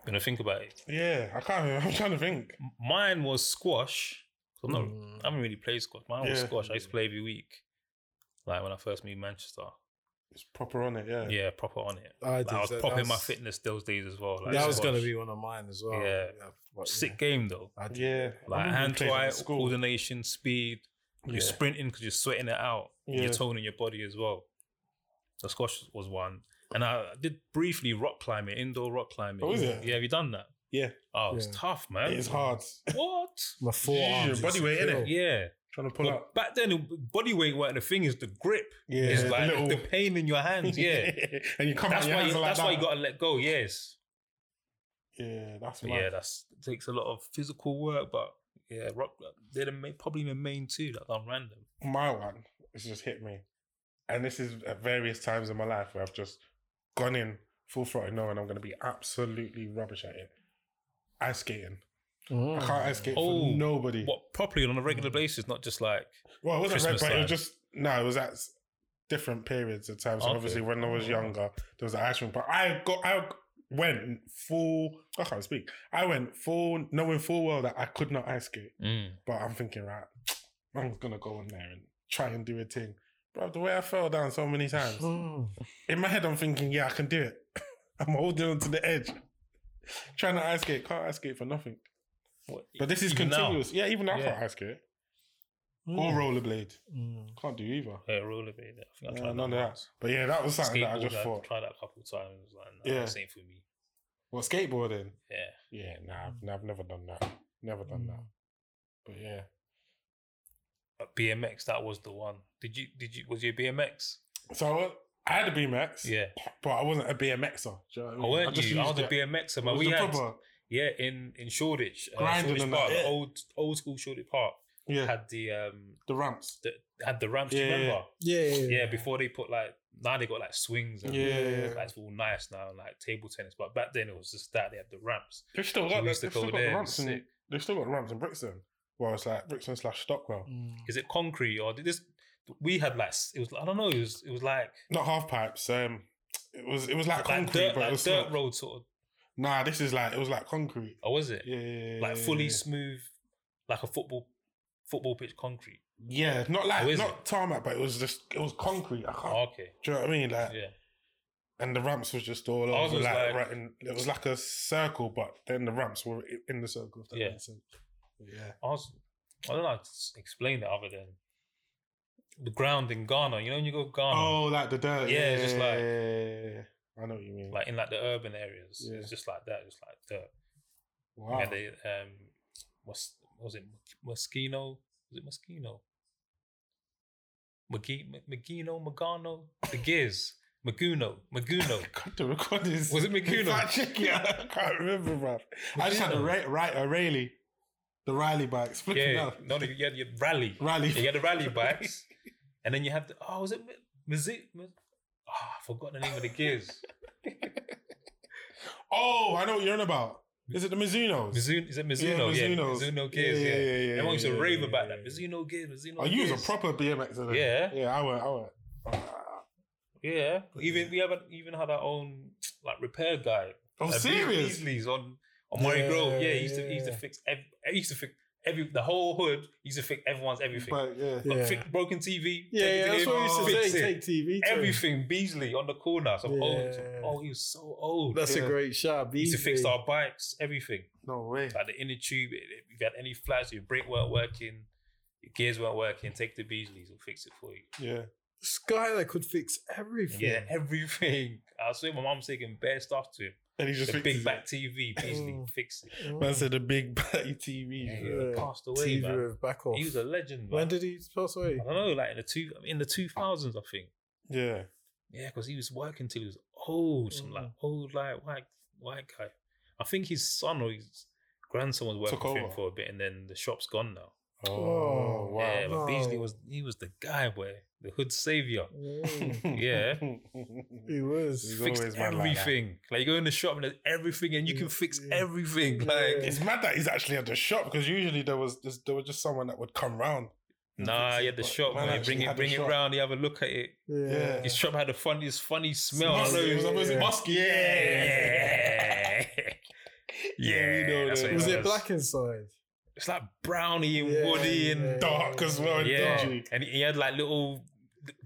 Gonna think about it. yeah, I can't. Remember. I'm trying to think. M- Mine was squash. So I'm not. Mm. I haven't really played squash. Mine was Yeah. squash. I used to play every week. Like when I first moved Manchester. It's proper on it. Yeah. Yeah, proper on it. I, Like, I was that. proper in my That's- fitness those days as well. Like That was squash. going to be one of mine as well. Yeah. but sick game though. I did. Yeah. I Like remember hand to playing it eye at school. coordination, speed. Yeah. You're sprinting because you're sweating it out. and Yeah. You're toning your body as well. So squash was one, and I did briefly rock climbing, indoor rock climbing. Oh, is it? Yeah, have you done that? Yeah. Oh, it's Yeah. tough, man. It is hard. What? My forearms. used body to weight, innit? kill. yeah. trying to pull up. Back then, it- body weight weren't the thing. Is the grip? Yeah, it's the like little- the pain in your hands. Yeah, and you come that's out your why. You, hands are like that's why that. you gotta let go. Yes. Yeah, that's But mad. yeah, that's it takes a lot of physical work, but yeah, rock, they're the main, probably the main two that done random. my one has just hit me. And this is at various times in my life where I've just gone in full throttle knowing I'm going to be absolutely rubbish at it. Ice skating. I can't ice skate Oh, for nobody. What properly on a Mm. regular basis, not just like Well, it wasn't Christmas red, but it was time. just, no, it was at s- different periods of time. So Okay. Oh. obviously when I was younger, there was the ice rink, but I got, I went full, I can't speak. I went full, knowing full well that I could not ice skate. Mm. But I'm thinking, right, I'm gonna go in there and try and do a thing. Bro, the way I fell down so many times, in my head I'm thinking, yeah, I can do it. I'm holding on to the edge. Trying to ice skate, can't ice skate for nothing. what- But this is even now. continuous. Yeah, even I Yeah. can't ice skate. Or rollerblade. Can't do either. Yeah, rollerblade. I think I Yeah, tried none of that. once. But yeah, that was something that I Skateboard, just thought. tried that a couple of times. Like, Yeah. yeah, same for me. What skateboarding? Yeah, Yeah, nah, I've, nah, I've never done that. Never done that. But yeah. but BMX that was the one. Did you? Did you? Was your BMX? So I had a BMX. Yeah. But I wasn't a BMXer. Do you know what I I mean? weren't just you? I used was a it. BMXer. It Man. was We the had proper- yeah in in Shoreditch, uh, Grinding Shoreditch and Park, that, yeah. old old school Shoreditch Park yeah, had the um the ramps. the, had the ramps. Yeah, do yeah, you remember? Yeah, yeah, Yeah, before they put like now they got like swings and Yeah. like, it's all nice now and like table tennis. But back then it was just that they had the ramps. They've still So got, we they've used to still go got the there and ramps in sit. they've still got the ramps in Brixton. Well, it's like Brixton slash Stockwell, Is it concrete or did this? We had like s- it was I don't know. It was it was like not half pipes. Um, it was it was like, like concrete, dirt, but it like was dirt not- road sort of. Nah, this is like it was like concrete. Or was it Yeah, yeah, yeah, like yeah, fully yeah. smooth, like a football football pitch concrete? Yeah, not like Oh, is not tarmac, but it was just it was concrete. I can't. Oh, okay, Do you know what I mean? Like, yeah. and the ramps was just all Ours over. was Like, like- right, in, it was like a circle, but then the ramps were i- in the circle. If that Yeah. makes sense. Yeah. I was I don't know how to s- explain that other than the ground in Ghana. You know when you go Ghana, Oh, like the dirt. Um, Yeah, Yeah, it's just like- I know what you mean. like in like the urban areas, Yeah. it's just like that. It's like dirt. wow. Yeah, they um, was was it Moschino? Was it Moschino? Magi- M- Magino, Magano, the Giz, Maguno, Maguno. God, the record is. Was it It's Maguno? like chicken. I can't remember, bro. I just had a Maguno. Ray, right, a Rayleigh, the Riley bikes. Flipping Yeah, up. no, no, you had your rally, Rally. you had the rally bikes, and then you had the oh, was it Mazik? Oh, I forgot the name of the Giz. Oh, I know what you're on about. Is it the Mizunos? Mizuno, is it Mizuno? Yeah, Mizunos. Mizuno Giz. Yeah, Yeah, yeah, yeah, yeah, Everyone used to yeah, rave yeah, about yeah, that. yeah. Mizuno Giz, Mizuno. oh, you was Giz. a proper BMXer then. Yeah. Yeah, I went, I went. Yeah, even we haven't even had our own like repair guy. Oh, Like, Be- serious? Beasley's on on Murray Grove. Yeah, he used to he used to Yeah. fix. Ev- he used to fix every the whole hood. He used to fix everyone's everything. But yeah. Like, yeah. fix broken TV. Yeah, take it yeah, to that's him, what we used to fix say. it. Take TV. to him. Everything Beasley on the corner. Some old. Yeah. Oh, he was so old. That's Yeah. a great shot. he used to BJ. fix our bikes. Everything No way. like the inner tube. If if you had any flats, your brake weren't working, your gears weren't working. Take the Beasley's. He'll fix it for you. Yeah. Sky that could fix everything. Yeah, everything. I swear, my mom's taking bare stuff to him. And he just the fixed big big back TV, Beasley, Mm. fix it. Mm. Man said the big back TV. Yeah, Yeah. he Yeah. passed away, TV man. with back off. He was a legend. when man. did he pass away? I don't know, like in the two in the two thousands, I think. yeah. Yeah, because he was working till he was old, some Mm. like old like white white guy. I think his son or his grandson was working Took for him over. for a bit, and then the shop's gone now. Oh, Oh, wow. yeah, but Beasley No. was he was the guy, boy, the hood savior. Mm, Yeah. he He's was. Fixed always man like that. everything. Like, you go in the shop and there's everything, and you can fix everything. Like It's mad that he's actually at the shop because usually there was this, there was just someone that would come round. and nah, fix yeah, it, the but shop, man. actually bring had it, the bring it shop. round. You have a look at it. Yeah. His shop had a funny, this funny smell. I Musky, don't know, it was- was, was it musky? yeah, yeah. You know that's that. what Was Yes. it black inside? It's like brownie and Yeah, woody and yeah. Dark as well. yeah, Dodgy. and he had like little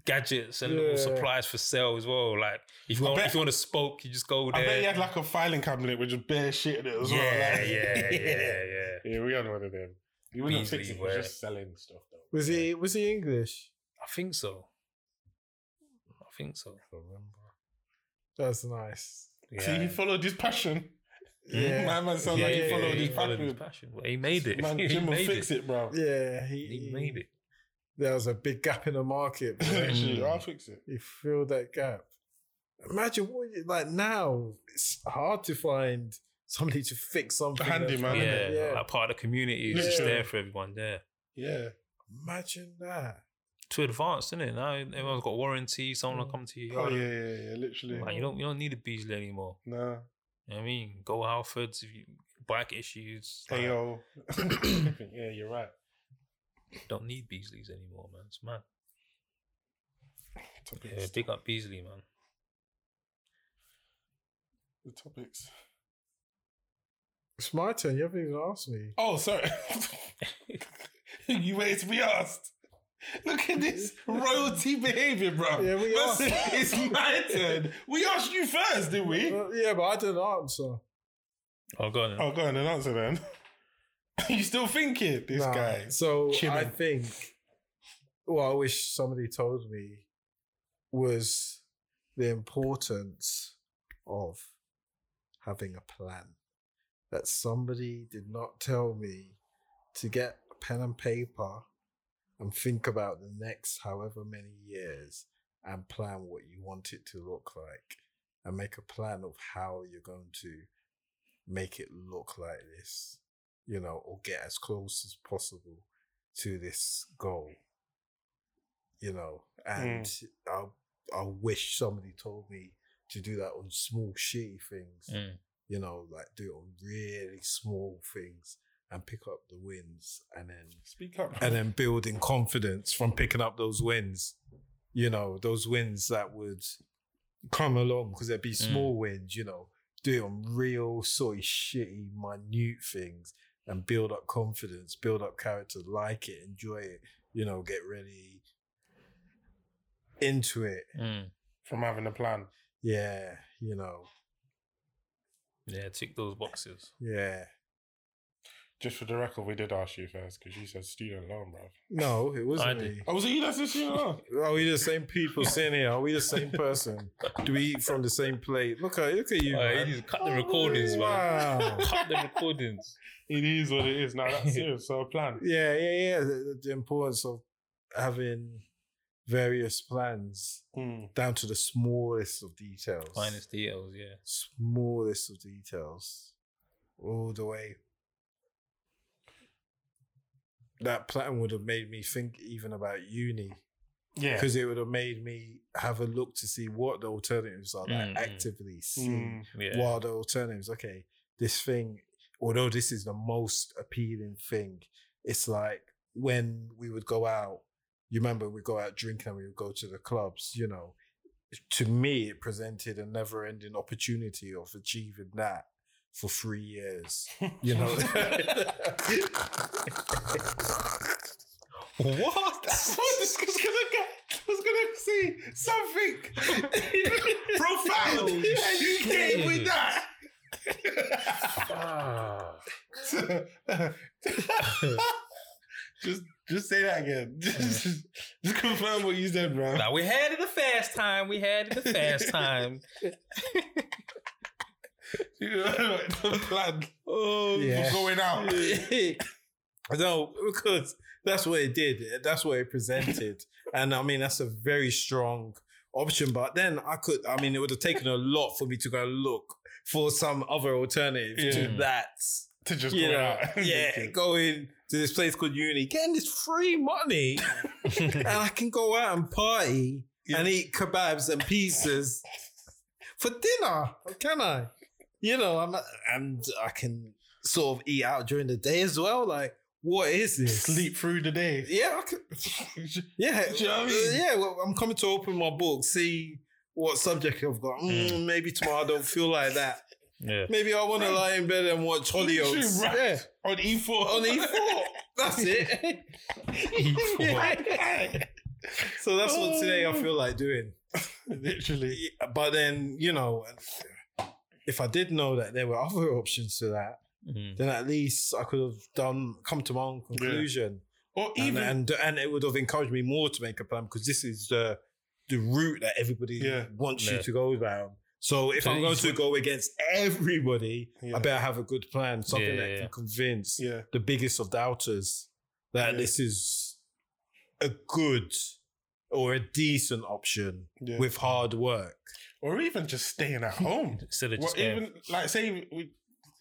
gadgets and little Yeah. supplies for sale as well. Like if you I want, bet- if you want to spoke, you just go I bet he there. had like a filing cabinet with just bare shit in it as yeah, well. like- yeah, yeah, yeah. Yeah, we had one of them. You wouldn't Beasley fix it, wear. we're just selling stuff though. Was he was he English? I think so. I think so. That's nice. Yeah. See, he followed his passion. Hmm? Yeah. My man sounds Yeah, like he yeah, followed yeah, his followed his passion. passion. Well, he made it. Man, he Jim will made fix it. it, bro. Yeah, he, He made it. there was a big gap in the market. man. Actually, Mm. I'll fix it. you fill that gap. Imagine what you like now. It's hard to find somebody to fix something. that's- handyman, innit? yeah, Yeah. like part of the community is just Literally. there for everyone there. Yeah. Imagine that. Too advanced, isn't it? Now everyone's got warranty. Someone will come to you. Oh yeah, yeah, yeah. Literally. Like, you don't you don't need a Beasley anymore. Nah. You know what I mean, go Halfords if you bike issues. like, Ayo. yeah, you're right. don't need Beasleys anymore, man. It's mad. Topics. Yeah, big up Beasley, man. The topics. It's my turn. You haven't even asked me. Oh, sorry. you waited to be asked. Look at this royalty behavior, bro. Yeah, we are. It's my turn. We asked you first, didn't we? Uh, yeah, but I didn't answer. Oh, go on. then. Oh, go on and answer then. you still thinking this Nah. guy? So I chilling. think what I wish somebody told me was the importance of having a plan. That somebody did not tell me to get a pen and paper and think about the next however many years and plan what you want it to look like and make a plan of how you're going to make it look like this, you know, or get as close as possible to this goal, you know. And I, I wish somebody told me to do that on small, shitty things, Mm. you know, like do it on really small things and pick up the wins and then Speak up. and then building confidence from picking up those wins. You know, those wins that would come along because there'd be Mm. small wins, you know, do it on real, sort of shitty, minute things and build up confidence, build up character, like it, enjoy it, you know, get really into it. Mm. From having a plan. Yeah, you know, Yeah, tick those boxes. yeah. Just for the record, we did ask you first because you said student loan, bro. No, it wasn't I did. me. Oh, was it you that said student loan? Are we the same people sitting here? Are we the same person? Do we eat from the same plate? Look at look at you. Oh, you man. need to cut the recordings, man. Wow. cut the recordings. It is what it is. Now that's serious. So a plan. yeah, yeah, yeah. The, the- the importance of having various plans Mm. down to the smallest of details. Finest details, yeah. Smallest of details. All the way. That plan would have made me think even about uni Yeah. because it would have made me have a look to see what the alternatives are, Mm, mm. like actively see Mm. Yeah. what are the alternatives? Okay, this thing, although this is the most appealing thing, it's like when we would go out, you remember we go out drinking and we would go to the clubs, you know. To me, it presented a never ending opportunity of achieving that for three years, you know. What? Just because I was gonna say something profound, and you came with that. just, just say that again. Just, just confirm what you said, bro. Now we had it the fast time. We had it the fast time. the plan Oh, Yeah. for going out. no, because that's what it did. That's what it presented, and I mean that's a very strong option. But then I could, I mean, it would have taken a lot for me to go look for some other alternative to Yeah. that. To just You go know, out. yeah, going to this place called uni, getting this free money, and I can go out and party and eat kebabs and pizzas for dinner. Can I? You know, I'm and I can sort of eat out during the day as well. Like, what is this? Sleep through the day. Yeah, I can, yeah, Do you know what I mean? yeah. Well, I'm coming to open my book, see what subject I've got. Mm, Maybe tomorrow I don't feel like that. yeah. Maybe I want to lie in bed and watch Hollyoaks. Right. Yeah, On E E4. on E4. That's it. E Yeah. So that's what today I feel like doing. Literally. Yeah, but then you know if i did know that there were other options to that Mm. then at least i could have done come to my own conclusion Or and, even and and it would have encouraged me more to make a plan because this is the the route that everybody Yeah. wants you Yeah. to go down so if So i'm you going just to go against everybody Yeah. i better have a good plan something Yeah, that yeah, can yeah. convince yeah. the biggest of doubters that Yeah. this is a good or a decent option Yeah. with hard work. or even just staying at home. Instead of Well, just going- even like say we,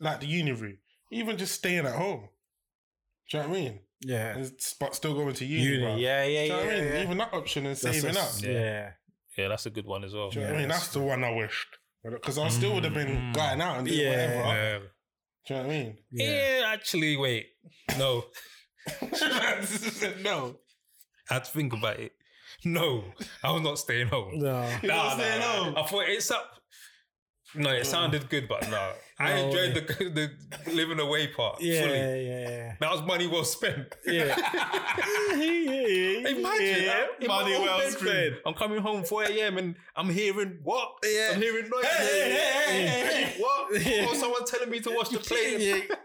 like the uni route, even just staying at home. Do you know what I mean? Yeah. And, s- but still going to uni, Uni, bruv. yeah, yeah, Do you know yeah. what I mean? yeah. Even that option and That's saving a- up. Yeah. Yeah. yeah, that's a good one as well. Do you know what I mean? That's the one I wished. Because I still would have been Mm. going out and doing Yeah. whatever. Yeah. Do you know what I mean? yeah, actually, wait, no. no. I had to think about it. No, I was not staying home. No. You not staying Oh. home? I thought it's up. No, it sounded good, but no. I Mm. No enjoyed the, the living away part Yeah, fully. yeah, That was money well spent. yeah. Imagine Yeah, that. In my money own well bedroom. spent. I'm coming home 4 a.m. and I'm hearing what? Yeah. I'm hearing noise. Hey, hey, hey, hey, hey. What? Yeah. Or someone telling me to wash the plate.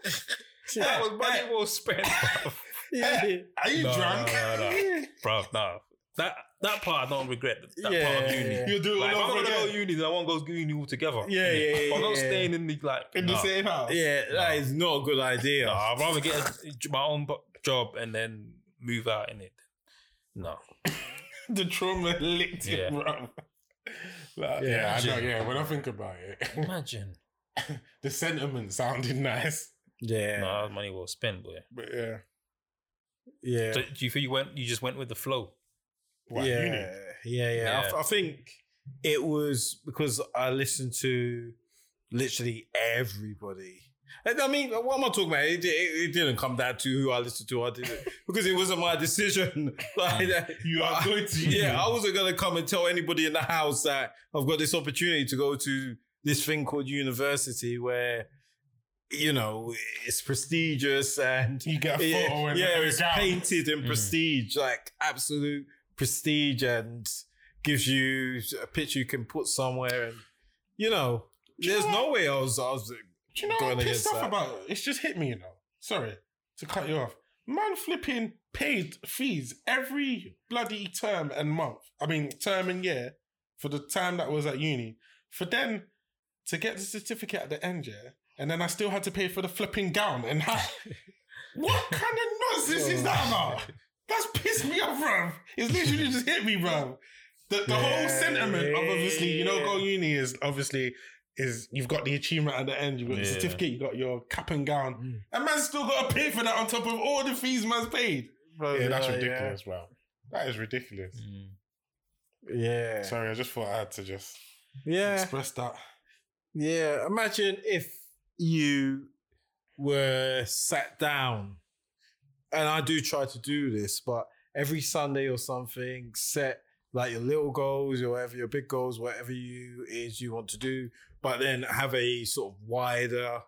That was money well spent. bruv. yeah. Are you No, drunk? no, no, no. Bruv, no. That that part I don't regret. That part of Yeah. uni. You'll do it all Like, if I'm over gonna again. go uni, then I won't go uni altogether. Yeah, yeah, yeah, I'm not yeah. staying in the like in the nah. same house. Yeah, that is not a good idea. Nah, I'd rather get a, my own bo- job and then move out in it. No, The trauma licked Yeah. it, bro. Like, yeah, I know. Yeah, when I think about it, imagine. the sentiment sounded nice, Yeah, No, that was money well spent, boy. but yeah, yeah, So, do you feel you went? You just went with the flow. what, yeah, uni? yeah, yeah, I, th- Yeah. I think it was because I listened to literally everybody. And I mean, what am I talking about? It, it, it didn't come down to who I listened to. I did it because it wasn't my decision. like, that- You are going to uni. yeah, I wasn't gonna come and tell anybody in the house that I've got this opportunity to go to this thing called university where you know it's prestigious and You get a photo yeah, and yeah, a it's gown. painted in Mm. prestige, like absolute prestige, and gives you a picture you can put somewhere, and you know, Do you there's know- no way I was, I was Do you know going what I'm against pissed off that. about? It's just hit me, you know. Sorry to cut you off. Man flipping paid fees every bloody term and month. I mean, term and year for the time that was at uni. For then to get the certificate at the end, yeah. And then I still had to pay for the flipping gown and hat. what kind of nonsense is that Oh. about? That's pissed me off, bruv. It's literally just hit me, bruv. The, the whole Yeah, sentiment of obviously, you know, yeah. go uni is obviously is you've got the achievement at the end, you've got the Yeah. certificate, you got your cap and gown. Mm. And man's still got to pay for that on top of all the fees man's paid. Bro, yeah, that's ridiculous, bro. That is ridiculous. Yeah, yeah, Sorry, I just thought I had to just yeah. express that. Yeah, imagine if you were sat down, and I do try to do this, but every Sunday or something, set like your little goals, your whatever your big goals, whatever you is you want to do, but then have a sort of wider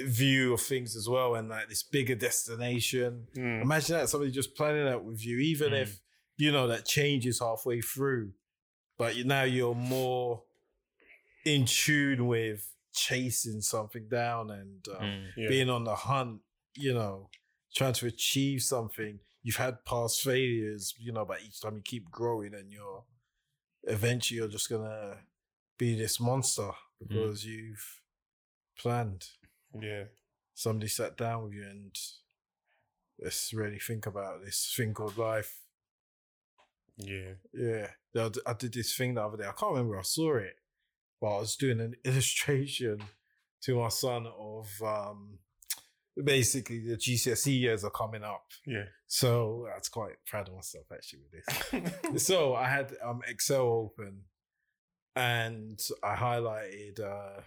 view of things as well, and like this bigger destination. Mm. Imagine that somebody just planning that with you, even Mm. if you know that changes halfway through, but you, now you're more in tune with chasing something down and um, Mm, Yeah. being on the hunt. You know, trying to achieve something. You've had past failures, you know, but each time you keep growing, and you're eventually you're just gonna be this monster because you've planned yeah. somebody sat down with you and let's really think about this thing called life. Yeah. Yeah, I d- I did this thing the other day. I can't remember. I saw it, but I was doing an illustration to my son of um, basically the GCSE E years are coming up. Yeah. So I was quite proud of myself actually with this. so I had um, Excel open and I highlighted uh,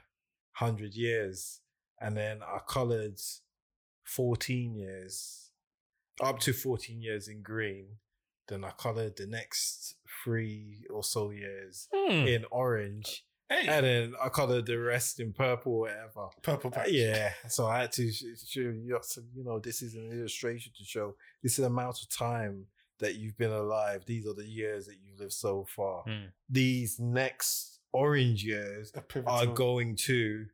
100 years and then I colored 14 years, up to 14 years in green. Then I colored the next three or so years Hmm. in orange. Hey, And then I colored the rest in purple or whatever. purple patch. Yeah, so I had to sh- sh- you know, you know, this is an illustration to show this is the amount of time that you've been alive. These are the years that you've lived so far. Mm. These next orange years A pivotal- are going to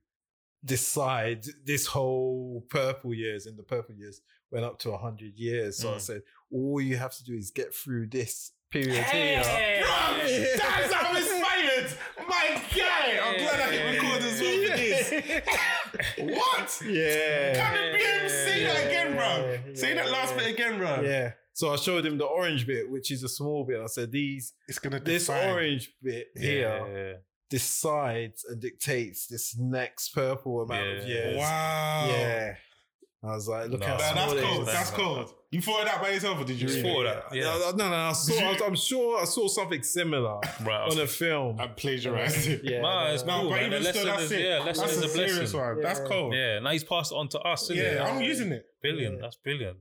decide this whole purple years, and the purple years went up to 100 years. So I Mm. said, all you have to do is get through this period here. Bruv, that's how I'm inspired. My guy. I'm glad I hit record as well for this. what? Yeah. Can it be him? Say that again, bro. Say that last bit again, bro. Yeah. So I showed him the orange bit, which is a small bit. I said, "These, It's gonna this define- orange bit Yeah, here yeah, decides and dictates this next purple amount of Yeah. years." Wow. Yeah. I was like, "Look No. how Nah, small that's it cold. is." Nah, That's nah. cold. You thought of that by yourself, or did you? Just read it? thought of that. Yeah. No, no, no. I saw, I was- I'm sure I saw something similar yeah. Right. I was on a film. I plagiarized it. Yeah, Nah, no, it's no. No, Cool, but man. even The still, lesson that's is- it. yeah, lesson that's is a a blessing. serious one. That's Yeah. cold. Yeah, now he's passed it on to us. innit? Yeah, That's I'm using it brilliant. Yeah. That's brilliant.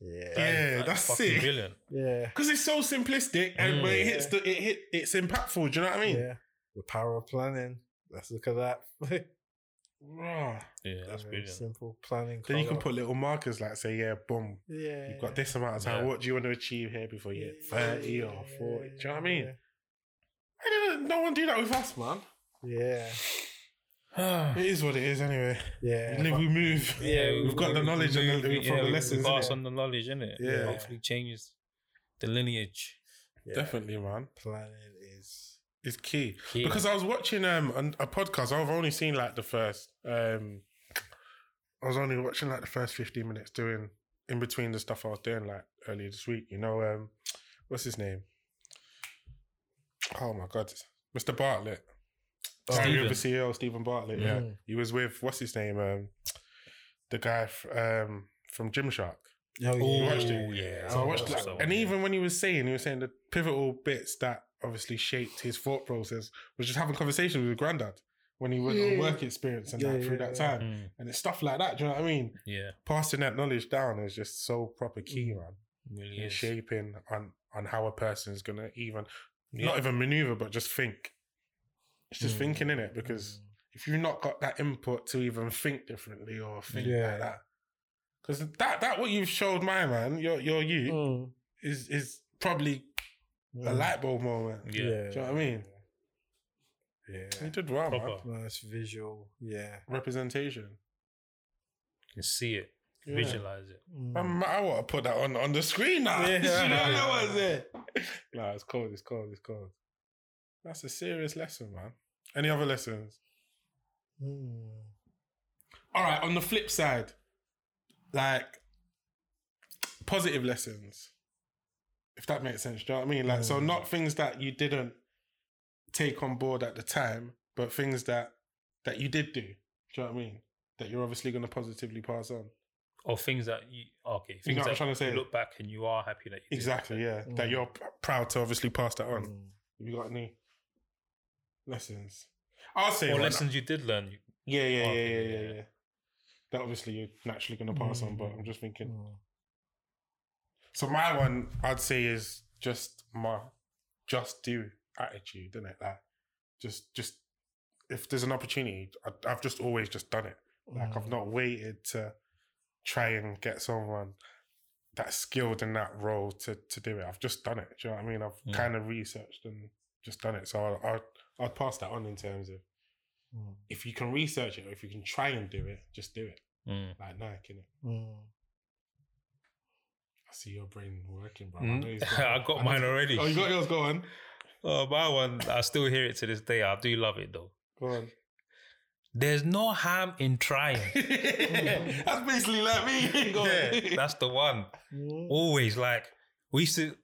yeah, That is, Yeah, like, that's fucking sick. Brilliant. yeah, because it's so simplistic, and Mm. but it hits the it hit it's impactful. Do you know what I mean? yeah. The power of planning. Let's look at that. Rah. Yeah, that's Very brilliant. Simple planning. Then you can colour. put little markers like say, yeah, boom, Yeah, you've got this amount of time. Yeah. What do you want to achieve here before you hit thirty or forty? Do you know what I mean? yeah, I didn't, no one do that with us, man. Yeah, It is what it is, anyway. yeah. we live, we move. Yeah, we've got the knowledge and the, we- from yeah, the we- lessons. We pass innit? on the knowledge, innit? Yeah. Hopefully changes the lineage. yeah. Definitely, man. Planning is. It's key. Key. because I was watching um an- a podcast. I've only seen like the first. um I was only watching like the first fifteen minutes doing in between the stuff I was doing like earlier this week. You know, um what's his name? Oh my god, Mr. Bartlett. Uh, Diary of a CEO, E Stephen Bartlett. Yeah, Mm. he was with what's his name? Um, the guy f- um from Gymshark. Oh, You Ooh, watched it? yeah. So I Oh, watched that's that. so and good. even when he was saying, he was saying the pivotal bits that obviously shaped his thought process was just having conversations with granddad when he was on work experience and Yeah, that through yeah, that yeah. time. Mm, And it's stuff like that. Do you know what I mean? yeah, Passing that knowledge down is just so Mm. proper key, man. really In is. shaping on, on how a person's going to even, Yeah. not even maneuver, but just think. It's just Mm. thinking in it because if you've not got that input to even think differently or think Yeah. like that. Because that, that what you've showed my man, your, your you, Mm. is is probably a Mm. light bulb moment. Yeah. Do you know what I mean? Yeah. You did well, man. Proper. Nice visual. Yeah. Representation. You can see it, Yeah. visualize it. Mm. Um, I want to put that on, on the screen now. Yeah. you know that was it. Nah, it's cold. It's cold. It's cold. That's a serious lesson, man. Any other lessons? Mm. Hmm. All right. On the flip side, like positive lessons, if that makes sense. Do you know what I mean? Like, so not things that you didn't take on board at the time, but things that that you did do. Do you know what I mean? That you're obviously going to positively pass on. Or things that you okay, things know what that I'm trying to say? you look back and you are happy that you did. Exactly. Yeah. That Mm. you're p- proud to obviously pass that on. Mm. Have you got any lessons? I'll say Or one. lessons you did learn. You, Yeah, yeah, yeah, Okay, yeah, yeah. yeah, yeah. That obviously you're naturally going to pass on, but I'm just thinking. Mm. So my one I'd say is just my just do attitude, isn't it? Like just just if there's an opportunity, I, I've just always just done it. Like Um, I've not waited to try and get someone that's skilled in that role to to do it. I've just done it. Do you know what I mean? I've Yeah. kind of researched and just done it. So I I I'd pass that on in terms of Mm. if you can research it or if you can try and do it, just do it. Mm. Like Nike, innit? Mm. I see your brain working, bro. I, know Mm. he's got- I got mine already. Oh, you got yours. Go on. Oh, my one. I still hear it to this day. I do love it though. Go on. There's no harm in trying. That's basically like me. Go Yeah, that's the one. Mm. Always like we used to,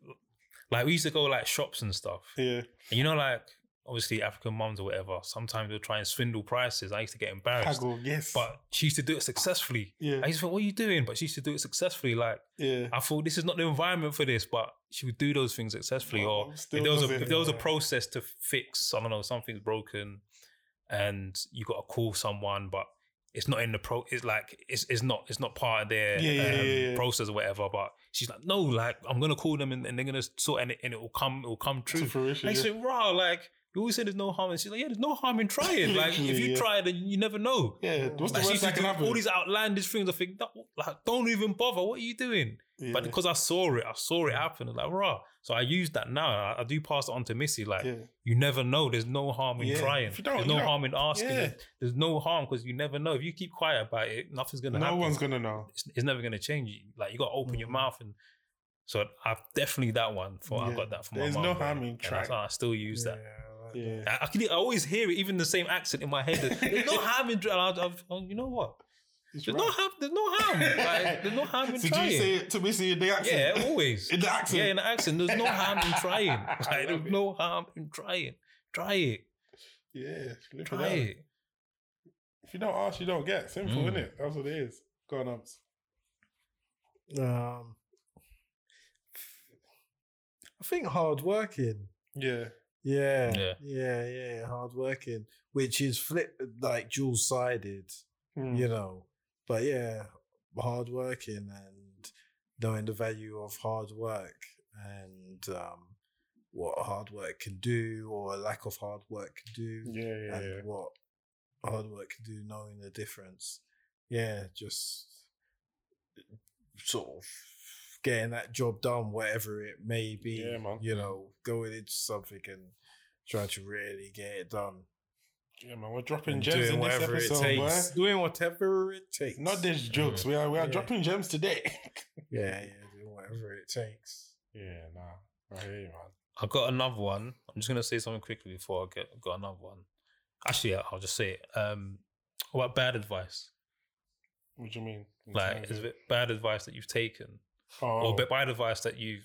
like we used to go like shops and stuff. Yeah. And you know, like obviously African mums or whatever. Sometimes they'll try and swindle prices. I used to get embarrassed, Haggle. Yes. but she used to do it successfully. yeah. I used to think, what are you doing? But she used to do it successfully. Like yeah. I thought this is not the environment for this, but she would do those things successfully. Oh, or if still there was does a it, if there was a yeah. process to fix, I don't know, something's broken, and you got to call someone, but it's not in the pro. It's like it's it's not it's not part of their um, Yeah, yeah, yeah, yeah. process or whatever. But she's like, no, like I'm gonna call them and, and they're gonna sort and it and it will come it will come true. To fruition. I yeah. said, "Wow, like you always say there's no harm." And she's like, "Yeah, there's no harm in trying. like if Literally, you yeah. try, then you never know." yeah. What's the Like, she worst used to that can do happen? all these outlandish things. I think, "No, like, don't even bother. What are you doing? yeah. But because I saw it, I saw it happen. I was like, rah. So I use that now. and I, I do pass it on to Missy. Like, Yeah. you never know. There's no harm in Yeah. trying. If you don't- There's you no don't- harm in asking. Yeah. There's, there's no harm because you never know. If you keep quiet about it, nothing's gonna no happen. one's Mm. gonna know. it's, it's never gonna change. You- Like you got to open your mouth and. So I've definitely that one. For I Yeah. got that from There's my mum. no bro. harm in And that's trying. how I still use that. Yeah. Yeah. I, I can I always hear it, even the same accent in my head. There's no harm in. dr- and I- I've- oh, you know what? It's There's right. no harm. There's no harm. Like, there's no harm in Did trying. you say it to me? See in the accent. yeah, always. In the accent. Yeah, in the accent. There's no harm in trying. I Like, love there's it. no harm in trying. Try it. Yeah, look at Try that. it. If you don't ask, you don't get. Simple, Mm. isn't it? That's what it is. Go on, Ups. Um, I think hard working. Yeah. Yeah, Yeah. yeah, yeah, yeah. Hard working, which is flip like dual sided, Mm. you know. But yeah, hard working and knowing the value of hard work and um, what hard work can do or a lack of hard work can do. Yeah, yeah, and yeah. what hard work can do, knowing the difference. Yeah, just sort of getting that job done, whatever it may be. Yeah, man. You know, going into something and trying to really get it done. Yeah, man, we're dropping And gems in this it episode, boy. takes. Doing whatever it takes. Not Mm. just jokes. We are we are Yeah. dropping gems today. Yeah, yeah, doing whatever it takes. yeah, nah. I hear you, man. I've got another one. I'm just gonna say something quickly before I get got another one. Actually, yeah, I'll just say it. Um, what about bad advice? What do you mean? In Like, terms is of- it bad advice that you've taken, Oh, or bit bad advice that you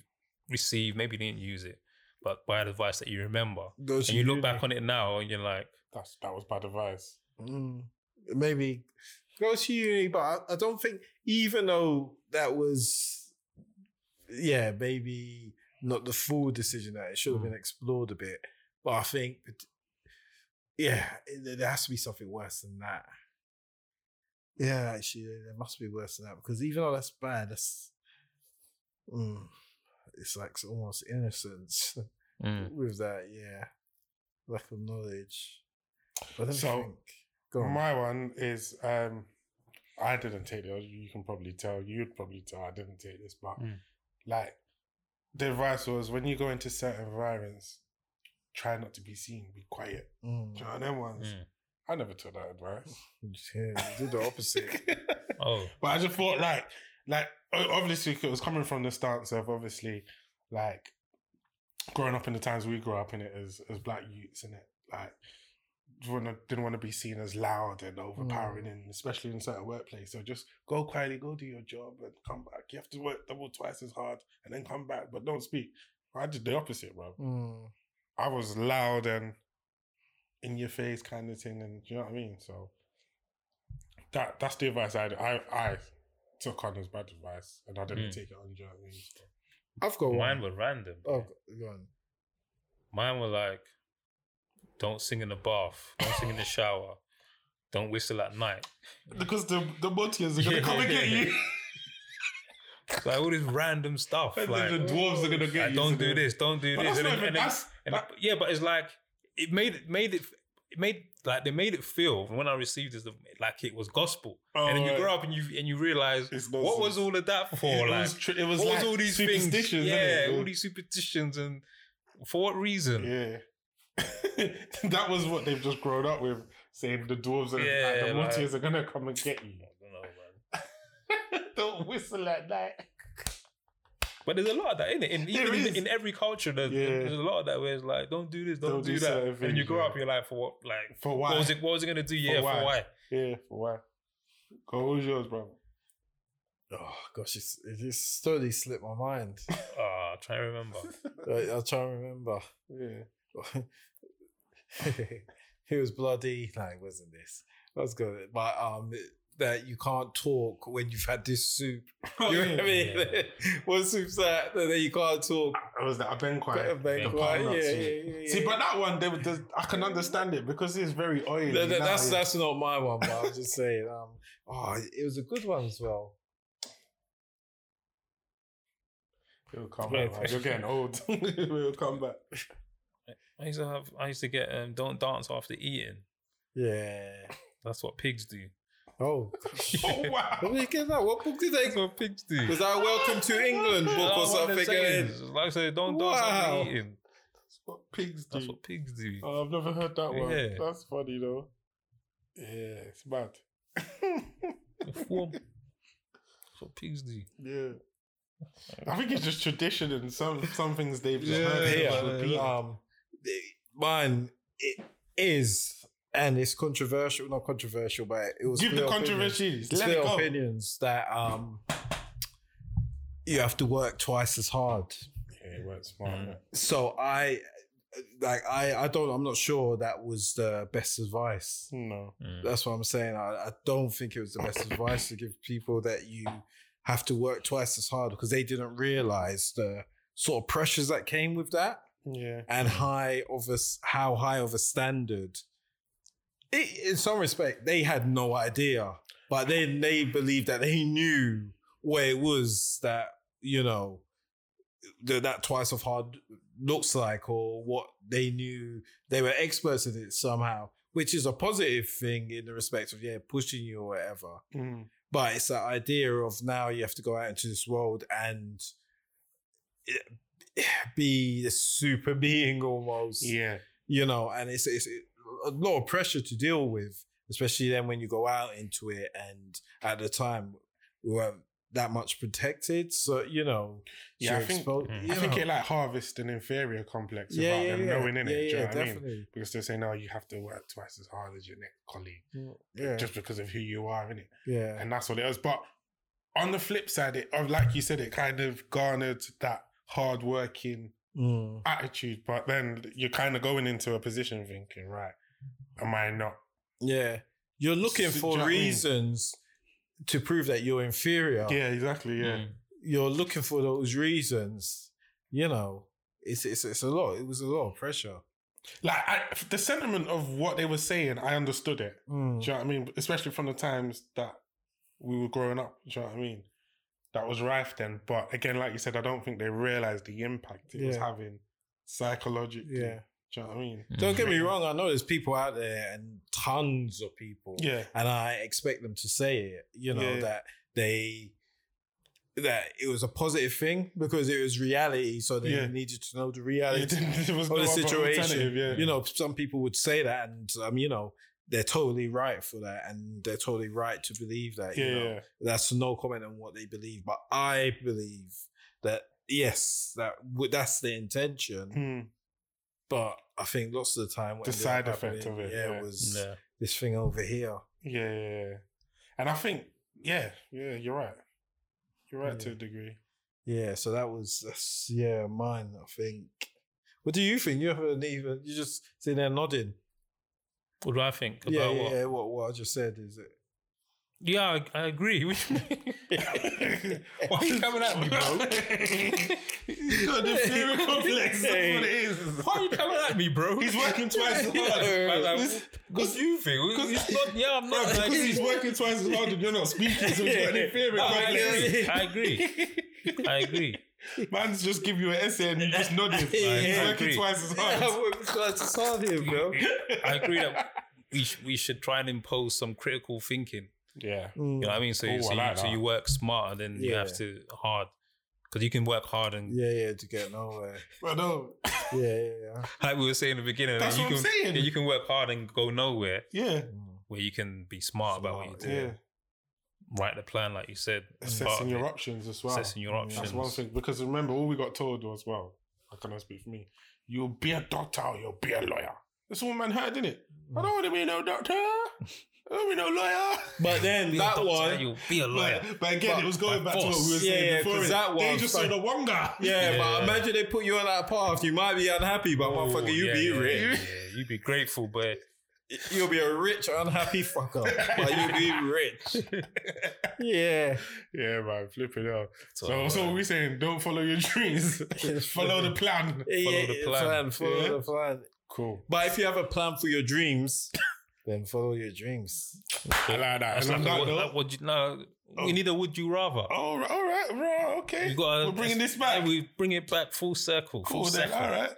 received? Maybe you didn't use it, but bad advice that you remember, Those and you look back on it now, and you're like, that's that was bad advice. Mm, maybe go to uni, but I, I don't think even though that was yeah, maybe not the full decision that it should have been explored a bit. But I think yeah, it- there has to be something worse than that. Yeah, actually, there must be worse than that because even though that's bad, that's mm, it's like almost innocence Mm. with that, yeah, lack of knowledge. But let me So, think. Go on. My one is um, I didn't take this. You can probably tell. You'd probably tell I didn't take this, but Mm. like the advice was when you go into certain environments, try not to be seen. Be quiet. Do you know them ones? Mm. I never took that advice. Yeah, you did the opposite. "Oh, But I just thought like like o- obviously it was coming from the stance of obviously like growing up in the times we grew up in it as as black youths in it like didn't want, to, didn't want to be seen as loud and overpowering, and especially in certain workplace. So just go quietly, go do your job, and come back. You have to work double twice as hard, and then come back, but don't speak. I did the opposite, bro. Mm. I was loud and in your face kind of thing, and do you know what I mean. So that that's the advice I I, I took on as bad advice, and I didn't Mm. take it on. Do you know what I mean? So, I've got mine one. were random. Oh, go- go on. Mine were like, don't sing in the bath, don't sing in the shower, don't whistle at night. because the the Montians are gonna Yeah. come and get you, Like all this random stuff. and like, then the dwarves are gonna get like, you. don't so do then- this, don't do But this. that's And not then- even- and then- that's- and that- yeah, but it's like it made it made it it made like they made it feel when I received this like it was gospel. and then you Oh, grow up and you and you realize It's what was nonsense. all of that for? It like was, tr- it was what like was all these superstitions, things? innit? Yeah, It was- all these superstitions and for what reason? Yeah. that was what they've just grown up with, saying the dwarves and Yeah, the like- Montiers are gonna come and get you. I don't know, man. Don't whistle like that. But there's a lot of that in it. In, There even in, is. in every culture, there's, Yeah. there's a lot of that where it's like, don't do this, don't, Don't do, do that. certain And things, you grow yeah. up, you're like, for what? Like, For why? what was it? What was it gonna do? Yeah, for why? why? Yeah, for why? Go, who's yours, bro? Oh gosh, it's, it just totally slipped my mind. Ah, try and remember. I, I'll try and remember. Yeah. it was bloody. No, it wasn't this. That's good. But um, that you can't talk when you've had this soup. You know what I mean? Yeah. what soup's that? Then you can't talk. I was like, I've been Better quiet. make the one. pine yeah, nuts, yeah, yeah. yeah, yeah. See, but that one, they, they, I can understand it because it's very oily. Th- th- now, that's yeah. that's not my one, but I was just saying. Um, oh, it was a good one as well. It'll come back, man. You're getting old. It'll come back. I used to have. I used to get. Um, don't dance after eating. Yeah. That's what pigs do. Oh, Oh, where wow. did they get that? What book did That's they? what pigs do. Was that a Welcome to England book or That's Oh, what they're something? saying. eh? Like I said, don't dance Wow. after eating. That's what pigs do. That's what pigs do. Oh, I've never heard that one. Yeah. That's funny, though. Yeah, it's bad. It's warm. That's what pigs do. Yeah. I think it's just tradition and some, some things they've just heard. Yeah, and just repeat. Um, the- mine it is and it's controversial, not controversial, but it was Give the clear controversies. Opinions, Let clear it go. opinions that um, you have to work twice as hard. Yeah, it works smart. Mm. innit? So I, like, I, I don't, I'm not sure that was the best advice. Mm. No. That's what I'm saying. I, I don't think it was the best advice to give people that you have to work twice as hard because they didn't realize the sort of pressures that came with that Yeah. and high of a, s- how high of a standard. It, in some respect, they had no idea, but then they believed that they knew what it was that you know that that twice of hard looks like, or what they knew they were experts in it somehow, which is a positive thing in the respect of yeah pushing you or whatever. Mm. But it's that idea of now you have to go out into this world and eh, be the super being almost, Yeah. you know, and it's, it's a lot of pressure to deal with, especially then when you go out into it. And at the time, we weren't that much protected. So, you know, Yeah, you're I think- exposed- Mm. you I think know. it like harvests an inferior complex yeah, without yeah, them yeah. knowing in yeah, it. do you yeah, know what I mean? definitely. Because they say no, you have to work twice as hard as your next colleague Yeah, just because of who you are in it, yeah. and that's what it is. But on the flip side, it of like you said, it kind of garnered that hard working Mm. attitude. But then you're kind of going into a position thinking, right, am I not? Yeah. You're looking for So, do you know what I mean? reasons to prove that you're inferior. Yeah, exactly. Yeah, Mm. You're looking for those reasons. You know, it's, it's it's a lot. It was a lot of pressure. like I, the sentiment of what they were saying, I understood it. Hmm. Do you know what I mean? Especially from the times that we were growing up. Do you know what I mean? That was rife then. But again, like you said, I don't think they realized the impact it was Yeah. having psychologically. Yeah. Do you know what I mean? Don't get me Mm-hmm. wrong. I know there's people out there and tons of people. Yeah. And I expect them to say it. You know Yeah. that they that it was a positive thing because it was reality. So they Yeah. needed to know the It reality didn't, there was of no the other situation. alternative, Yeah. You know, some people would say that, and um, you know, they're totally right for that, and they're totally right to believe that. Yeah. you know? yeah. that's no comment on what they believe, but I believe that yes, that w- that's the intention. Hmm. But I think lots of the time, what The ended side up effect happening, of it, yeah, yeah. was Yeah. this thing over here. Yeah, yeah, yeah. And I think, yeah, yeah, you're right. You're right to a degree. Yeah, so that was that's, yeah mine. I think. What do you think? You haven't even you just sitting there nodding. What do I think about Yeah, yeah, what? yeah. What what I just said is it. Yeah, I, I agree. What do you mean? Why are you coming at me, bro? He's got the fear complex. That's what it is. Why are you coming at me, bro? He's working twice as hard. Like, like, This- what do you think? It's not, yeah, I'm Bro, not. I because agree. he's working twice as hard and you're not speaking, so he's got an inferior I complex. agree. I agree. I agree. Man's just give you an essay and you just nod him. Yeah, he's I working agree. twice as Yeah, hard. what- because I saw him, bro. I agree that we sh- we should try and impose some critical thinking. Yeah. Mm. You know what I mean? So, Ooh, so, Oh, I you, like so that. you work smarter than you Yeah. have to hard because you can work hard and Yeah, yeah, to get nowhere. But no. Yeah, yeah, yeah. like we were saying in the beginning, That's you what can I'm saying. yeah, you can work hard and go nowhere Yeah. where you can be smart, about what you Smart, do. Yeah. Write the plan like you said. as part Assessing of your it. options as well. Assessing your options. That's one thing. Because remember, all we got told was, well, I cannot speak for me. You'll be a doctor or you'll be a lawyer. That's all man heard, didn't it? I don't want to be no doctor. I don't want to be no lawyer. But then Be a that doctor, one, you'll be a lawyer. But, but again, But- it was going but back to what we were boss. saying Yeah, yeah, before. 'cause innit? that they one, just like- saw the wonga. Yeah, but Yeah. imagine they put you on that path. You might be unhappy, but Ooh, motherfucker, you'd yeah, be Oh, yeah, rich. yeah, You'd be grateful, but You'll be a rich, unhappy fucker, but you'll be rich. yeah. Yeah, man, flipping out. So, So, so uh, we're saying, don't follow your dreams. follow the plan. yeah, the plan. Follow Yeah. the plan. Cool. But if you have a plan for your dreams, then follow your dreams. I like that. that's And on like a that what- note- like, would you, no, we need a would you rather. all right, all right, bro. Okay. We gotta- We're bringing this back. Yeah, we bring it back full circle. Full cool, then. circle. All right.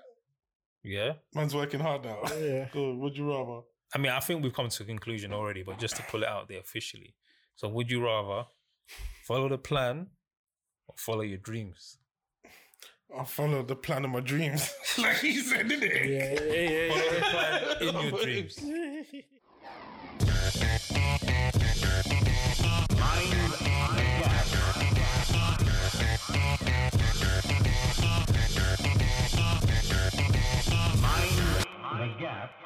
Yeah. Man's working hard now. Yeah. Good. Would you rather? I mean, I think we've come to a conclusion already, but just to pull it out there officially. So, would you rather follow the plan or follow your dreams? I follow the plan of my dreams. like he said, didn't it? Yeah, yeah, yeah. Follow the plan in your dreams. The gap.